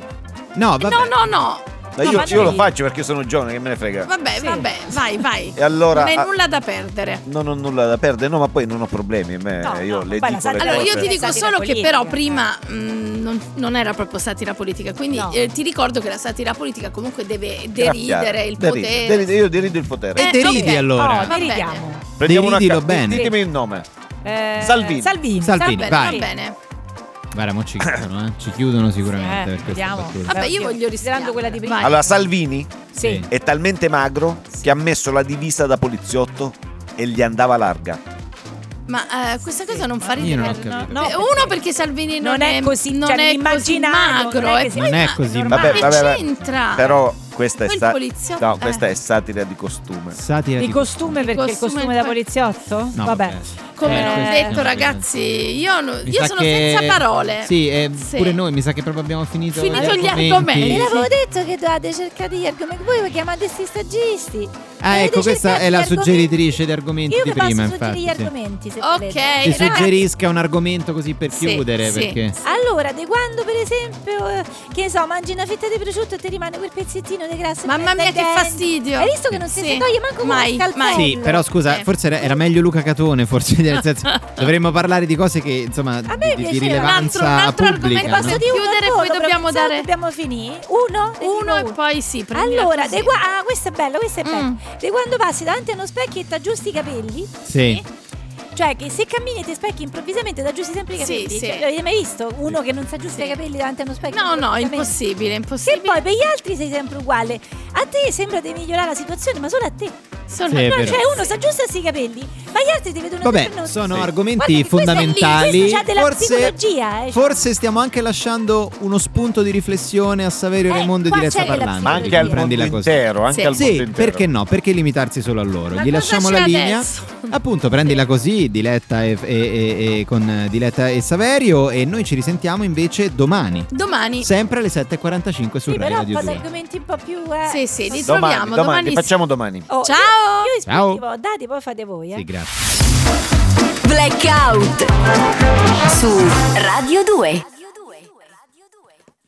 Speaker 3: No, vabbè.
Speaker 4: No, no, no.
Speaker 5: Ma
Speaker 6: No,
Speaker 5: io,
Speaker 6: ma
Speaker 5: io lo
Speaker 6: dai.
Speaker 5: faccio perché sono giovane, che me ne frega.
Speaker 4: Vabbè,
Speaker 6: Sì.
Speaker 4: vabbè, vai, vai.
Speaker 5: E allora.
Speaker 4: non hai
Speaker 5: ah,
Speaker 4: nulla da perdere.
Speaker 5: Non ho nulla da perdere, no, ma poi non ho problemi. me-
Speaker 6: No,
Speaker 5: io
Speaker 6: no,
Speaker 5: le
Speaker 6: poi la
Speaker 5: dico le
Speaker 6: satira-
Speaker 4: Allora, io
Speaker 5: cose.
Speaker 4: ti
Speaker 6: Forse.
Speaker 4: dico
Speaker 6: Satira
Speaker 4: solo che
Speaker 6: politica.
Speaker 4: però prima mh, non, non era proprio satira politica, quindi
Speaker 6: No.
Speaker 4: eh, ti ricordo che la satira politica comunque deve deridere
Speaker 5: Graffiare.
Speaker 4: il
Speaker 5: Deridi-
Speaker 4: potere.
Speaker 5: deridi- io derido il potere.
Speaker 4: Eh,
Speaker 3: E deridi
Speaker 4: ok.
Speaker 3: allora.
Speaker 6: Oh,
Speaker 4: Va
Speaker 6: deridiamo.
Speaker 5: Prendiamo una
Speaker 3: deridilo
Speaker 5: ca-
Speaker 3: bene.
Speaker 5: Ditemi il nome.
Speaker 6: Eh,
Speaker 5: Salvini.
Speaker 6: Salvini.
Speaker 3: Salvini,
Speaker 4: Va bene,
Speaker 3: vai.
Speaker 4: va bene.
Speaker 3: Guarda, mo ci chiudono, eh. Ci chiudono sicuramente
Speaker 6: Eh,
Speaker 3: per questa
Speaker 6: vediamo.
Speaker 3: battuta.
Speaker 4: Vabbè, io
Speaker 6: Oddio,
Speaker 4: voglio rischiare.
Speaker 6: considerando quella di prima.
Speaker 4: Vai.
Speaker 5: Allora, Salvini
Speaker 6: Sì.
Speaker 5: è talmente magro che ha messo la divisa da poliziotto e gli andava larga.
Speaker 4: Ma eh, questa cosa non fa
Speaker 3: Io non ho
Speaker 4: ridere.
Speaker 3: capito.
Speaker 6: No,
Speaker 4: Beh, Uno perché Salvini non,
Speaker 6: Non è così-
Speaker 4: non
Speaker 6: cioè,
Speaker 4: è così
Speaker 6: l'immaginario
Speaker 4: magro. eh,
Speaker 6: non è
Speaker 4: e
Speaker 6: che si-
Speaker 4: poi
Speaker 3: Non è così.
Speaker 6: Normale.
Speaker 5: Vabbè,
Speaker 4: che
Speaker 5: vabbè, vabbè.
Speaker 4: c'entra?
Speaker 5: Però questa è,
Speaker 4: Quel
Speaker 5: sta-
Speaker 4: poliziotto-
Speaker 5: no, questa
Speaker 4: eh.
Speaker 5: è satira di costume.
Speaker 3: Satira
Speaker 6: Di
Speaker 3: eh, di-
Speaker 6: costume perché il
Speaker 4: costume
Speaker 6: costume
Speaker 4: è-
Speaker 6: da poliziotto?
Speaker 3: No,
Speaker 6: vabbè.
Speaker 4: Come
Speaker 6: Eh,
Speaker 4: ho
Speaker 6: questo
Speaker 4: detto,
Speaker 6: no,
Speaker 4: ragazzi, io, no-
Speaker 3: Mi
Speaker 4: io
Speaker 3: sa
Speaker 4: sono
Speaker 3: che-
Speaker 4: senza parole.
Speaker 3: Sì, e
Speaker 4: Sì.
Speaker 3: pure noi mi sa che proprio abbiamo finito, Eh,
Speaker 4: Finito gli
Speaker 2: E
Speaker 4: argomenti.
Speaker 2: l'avevo detto che dovevate cercare gli argomenti. Voi vi chiamate sti stagisti.
Speaker 3: Ah,
Speaker 2: Dovete
Speaker 3: ecco, questa
Speaker 2: cercare
Speaker 3: è la
Speaker 2: gli argomenti.
Speaker 3: suggeritrice di argomenti
Speaker 2: Io
Speaker 3: di
Speaker 2: vi
Speaker 3: prima,
Speaker 2: posso suggerire gli
Speaker 3: infatti, sì.
Speaker 2: argomenti se
Speaker 4: Ok,
Speaker 2: volete.
Speaker 3: Ci
Speaker 4: ragazzi,
Speaker 3: suggerisca un argomento così per
Speaker 4: Sì,
Speaker 3: chiudere,
Speaker 4: sì.
Speaker 3: perché...
Speaker 2: Allora, di quando per esempio, eh, che ne so, mangi una fetta di prosciutto e ti rimane quel pezzettino di grasso. in
Speaker 4: Mamma
Speaker 2: mezzo
Speaker 4: mia,
Speaker 2: ai
Speaker 4: che
Speaker 2: denti.
Speaker 4: fastidio.
Speaker 2: Hai visto che non si,
Speaker 4: Sì.
Speaker 2: si toglie manco con
Speaker 4: Mai,
Speaker 2: uno scalpello?
Speaker 4: mai.
Speaker 3: Sì, però scusa,
Speaker 4: Eh.
Speaker 3: forse era, era meglio Luca Catone, forse
Speaker 2: [LAUGHS]
Speaker 3: nel senso, dovremmo parlare di cose che insomma
Speaker 2: me
Speaker 3: di- di, di
Speaker 2: piaceva.
Speaker 3: rilevanza
Speaker 4: Un altro- un altro
Speaker 3: pubblica.
Speaker 4: argomento.
Speaker 3: no?
Speaker 2: Posso dire uno
Speaker 4: Chiudere,
Speaker 2: solo,
Speaker 4: poi
Speaker 2: però
Speaker 4: dobbiamo
Speaker 2: pensavo
Speaker 4: dare-
Speaker 2: dobbiamo finire. Uno? Ne dico
Speaker 4: Uno e poi sì, prendila
Speaker 2: Allora,
Speaker 4: così.
Speaker 2: di qua- ah, questo è bello, questo è
Speaker 4: Mm.
Speaker 2: bello. Di quando passi davanti a uno specchio e ti aggiusti i capelli,
Speaker 3: Sì.
Speaker 2: cioè che se cammini e ti specchi improvvisamente ti aggiusti sempre i
Speaker 4: Sì,
Speaker 2: capelli.
Speaker 4: sì.
Speaker 2: Cioè, l'avete mai visto uno che non si aggiusta
Speaker 4: Sì.
Speaker 2: i capelli davanti a uno specchio?
Speaker 4: No, no,
Speaker 2: improvvisamente?
Speaker 4: impossibile,
Speaker 2: Che
Speaker 4: impossibile.
Speaker 2: poi per gli altri sei sempre uguale. A te sembra di migliorare la situazione, ma solo a te.
Speaker 4: Sono-
Speaker 3: Sì, è
Speaker 4: No,
Speaker 3: vero.
Speaker 2: Cioè, uno si aggiusta sti capelli, ma gli altri ti vedono
Speaker 3: Vabbè,
Speaker 2: sempre non-
Speaker 3: sono
Speaker 5: Sì.
Speaker 3: argomenti
Speaker 2: Guarda che questo è lì,
Speaker 3: fondamentali.
Speaker 2: questo c'ha della
Speaker 3: forse,
Speaker 2: psicologia, eh, cioè.
Speaker 3: forse stiamo anche lasciando uno spunto di riflessione a Saverio
Speaker 2: Eh,
Speaker 3: Raimondo di
Speaker 2: qua
Speaker 3: Lezza
Speaker 2: c'è la
Speaker 3: Parlante.
Speaker 5: Ma anche
Speaker 2: Sì,
Speaker 5: al mondo
Speaker 3: Prendila così.
Speaker 5: intero,
Speaker 4: Sì.
Speaker 5: anche al mondo
Speaker 3: Sì,
Speaker 5: intero.
Speaker 3: perché no? Perché limitarsi solo a loro?
Speaker 4: Ma
Speaker 3: Gli
Speaker 4: cosa
Speaker 3: lasciamo
Speaker 4: c'è
Speaker 3: la linea.
Speaker 4: adesso?
Speaker 3: Appunto, prendila così, Diletta e, e- e- e- con eh, Diletta e Saverio. E noi ci risentiamo invece domani,
Speaker 4: Domani.
Speaker 3: sempre alle 7.45 su
Speaker 2: Sì,
Speaker 3: Rai
Speaker 2: però
Speaker 3: Radio
Speaker 2: fa
Speaker 3: 2.
Speaker 2: argomenti un po' più. Eh.
Speaker 4: Sì, sì, li
Speaker 5: Domani,
Speaker 4: troviamo.
Speaker 5: domani,
Speaker 4: Domani,
Speaker 5: facciamo domani.
Speaker 2: Oh,
Speaker 4: Ciao!
Speaker 2: Io, io
Speaker 3: Ciao.
Speaker 2: esprimo, date, poi fate voi. Eh.
Speaker 3: Sì, grazie.
Speaker 1: Blackout su Radio 2.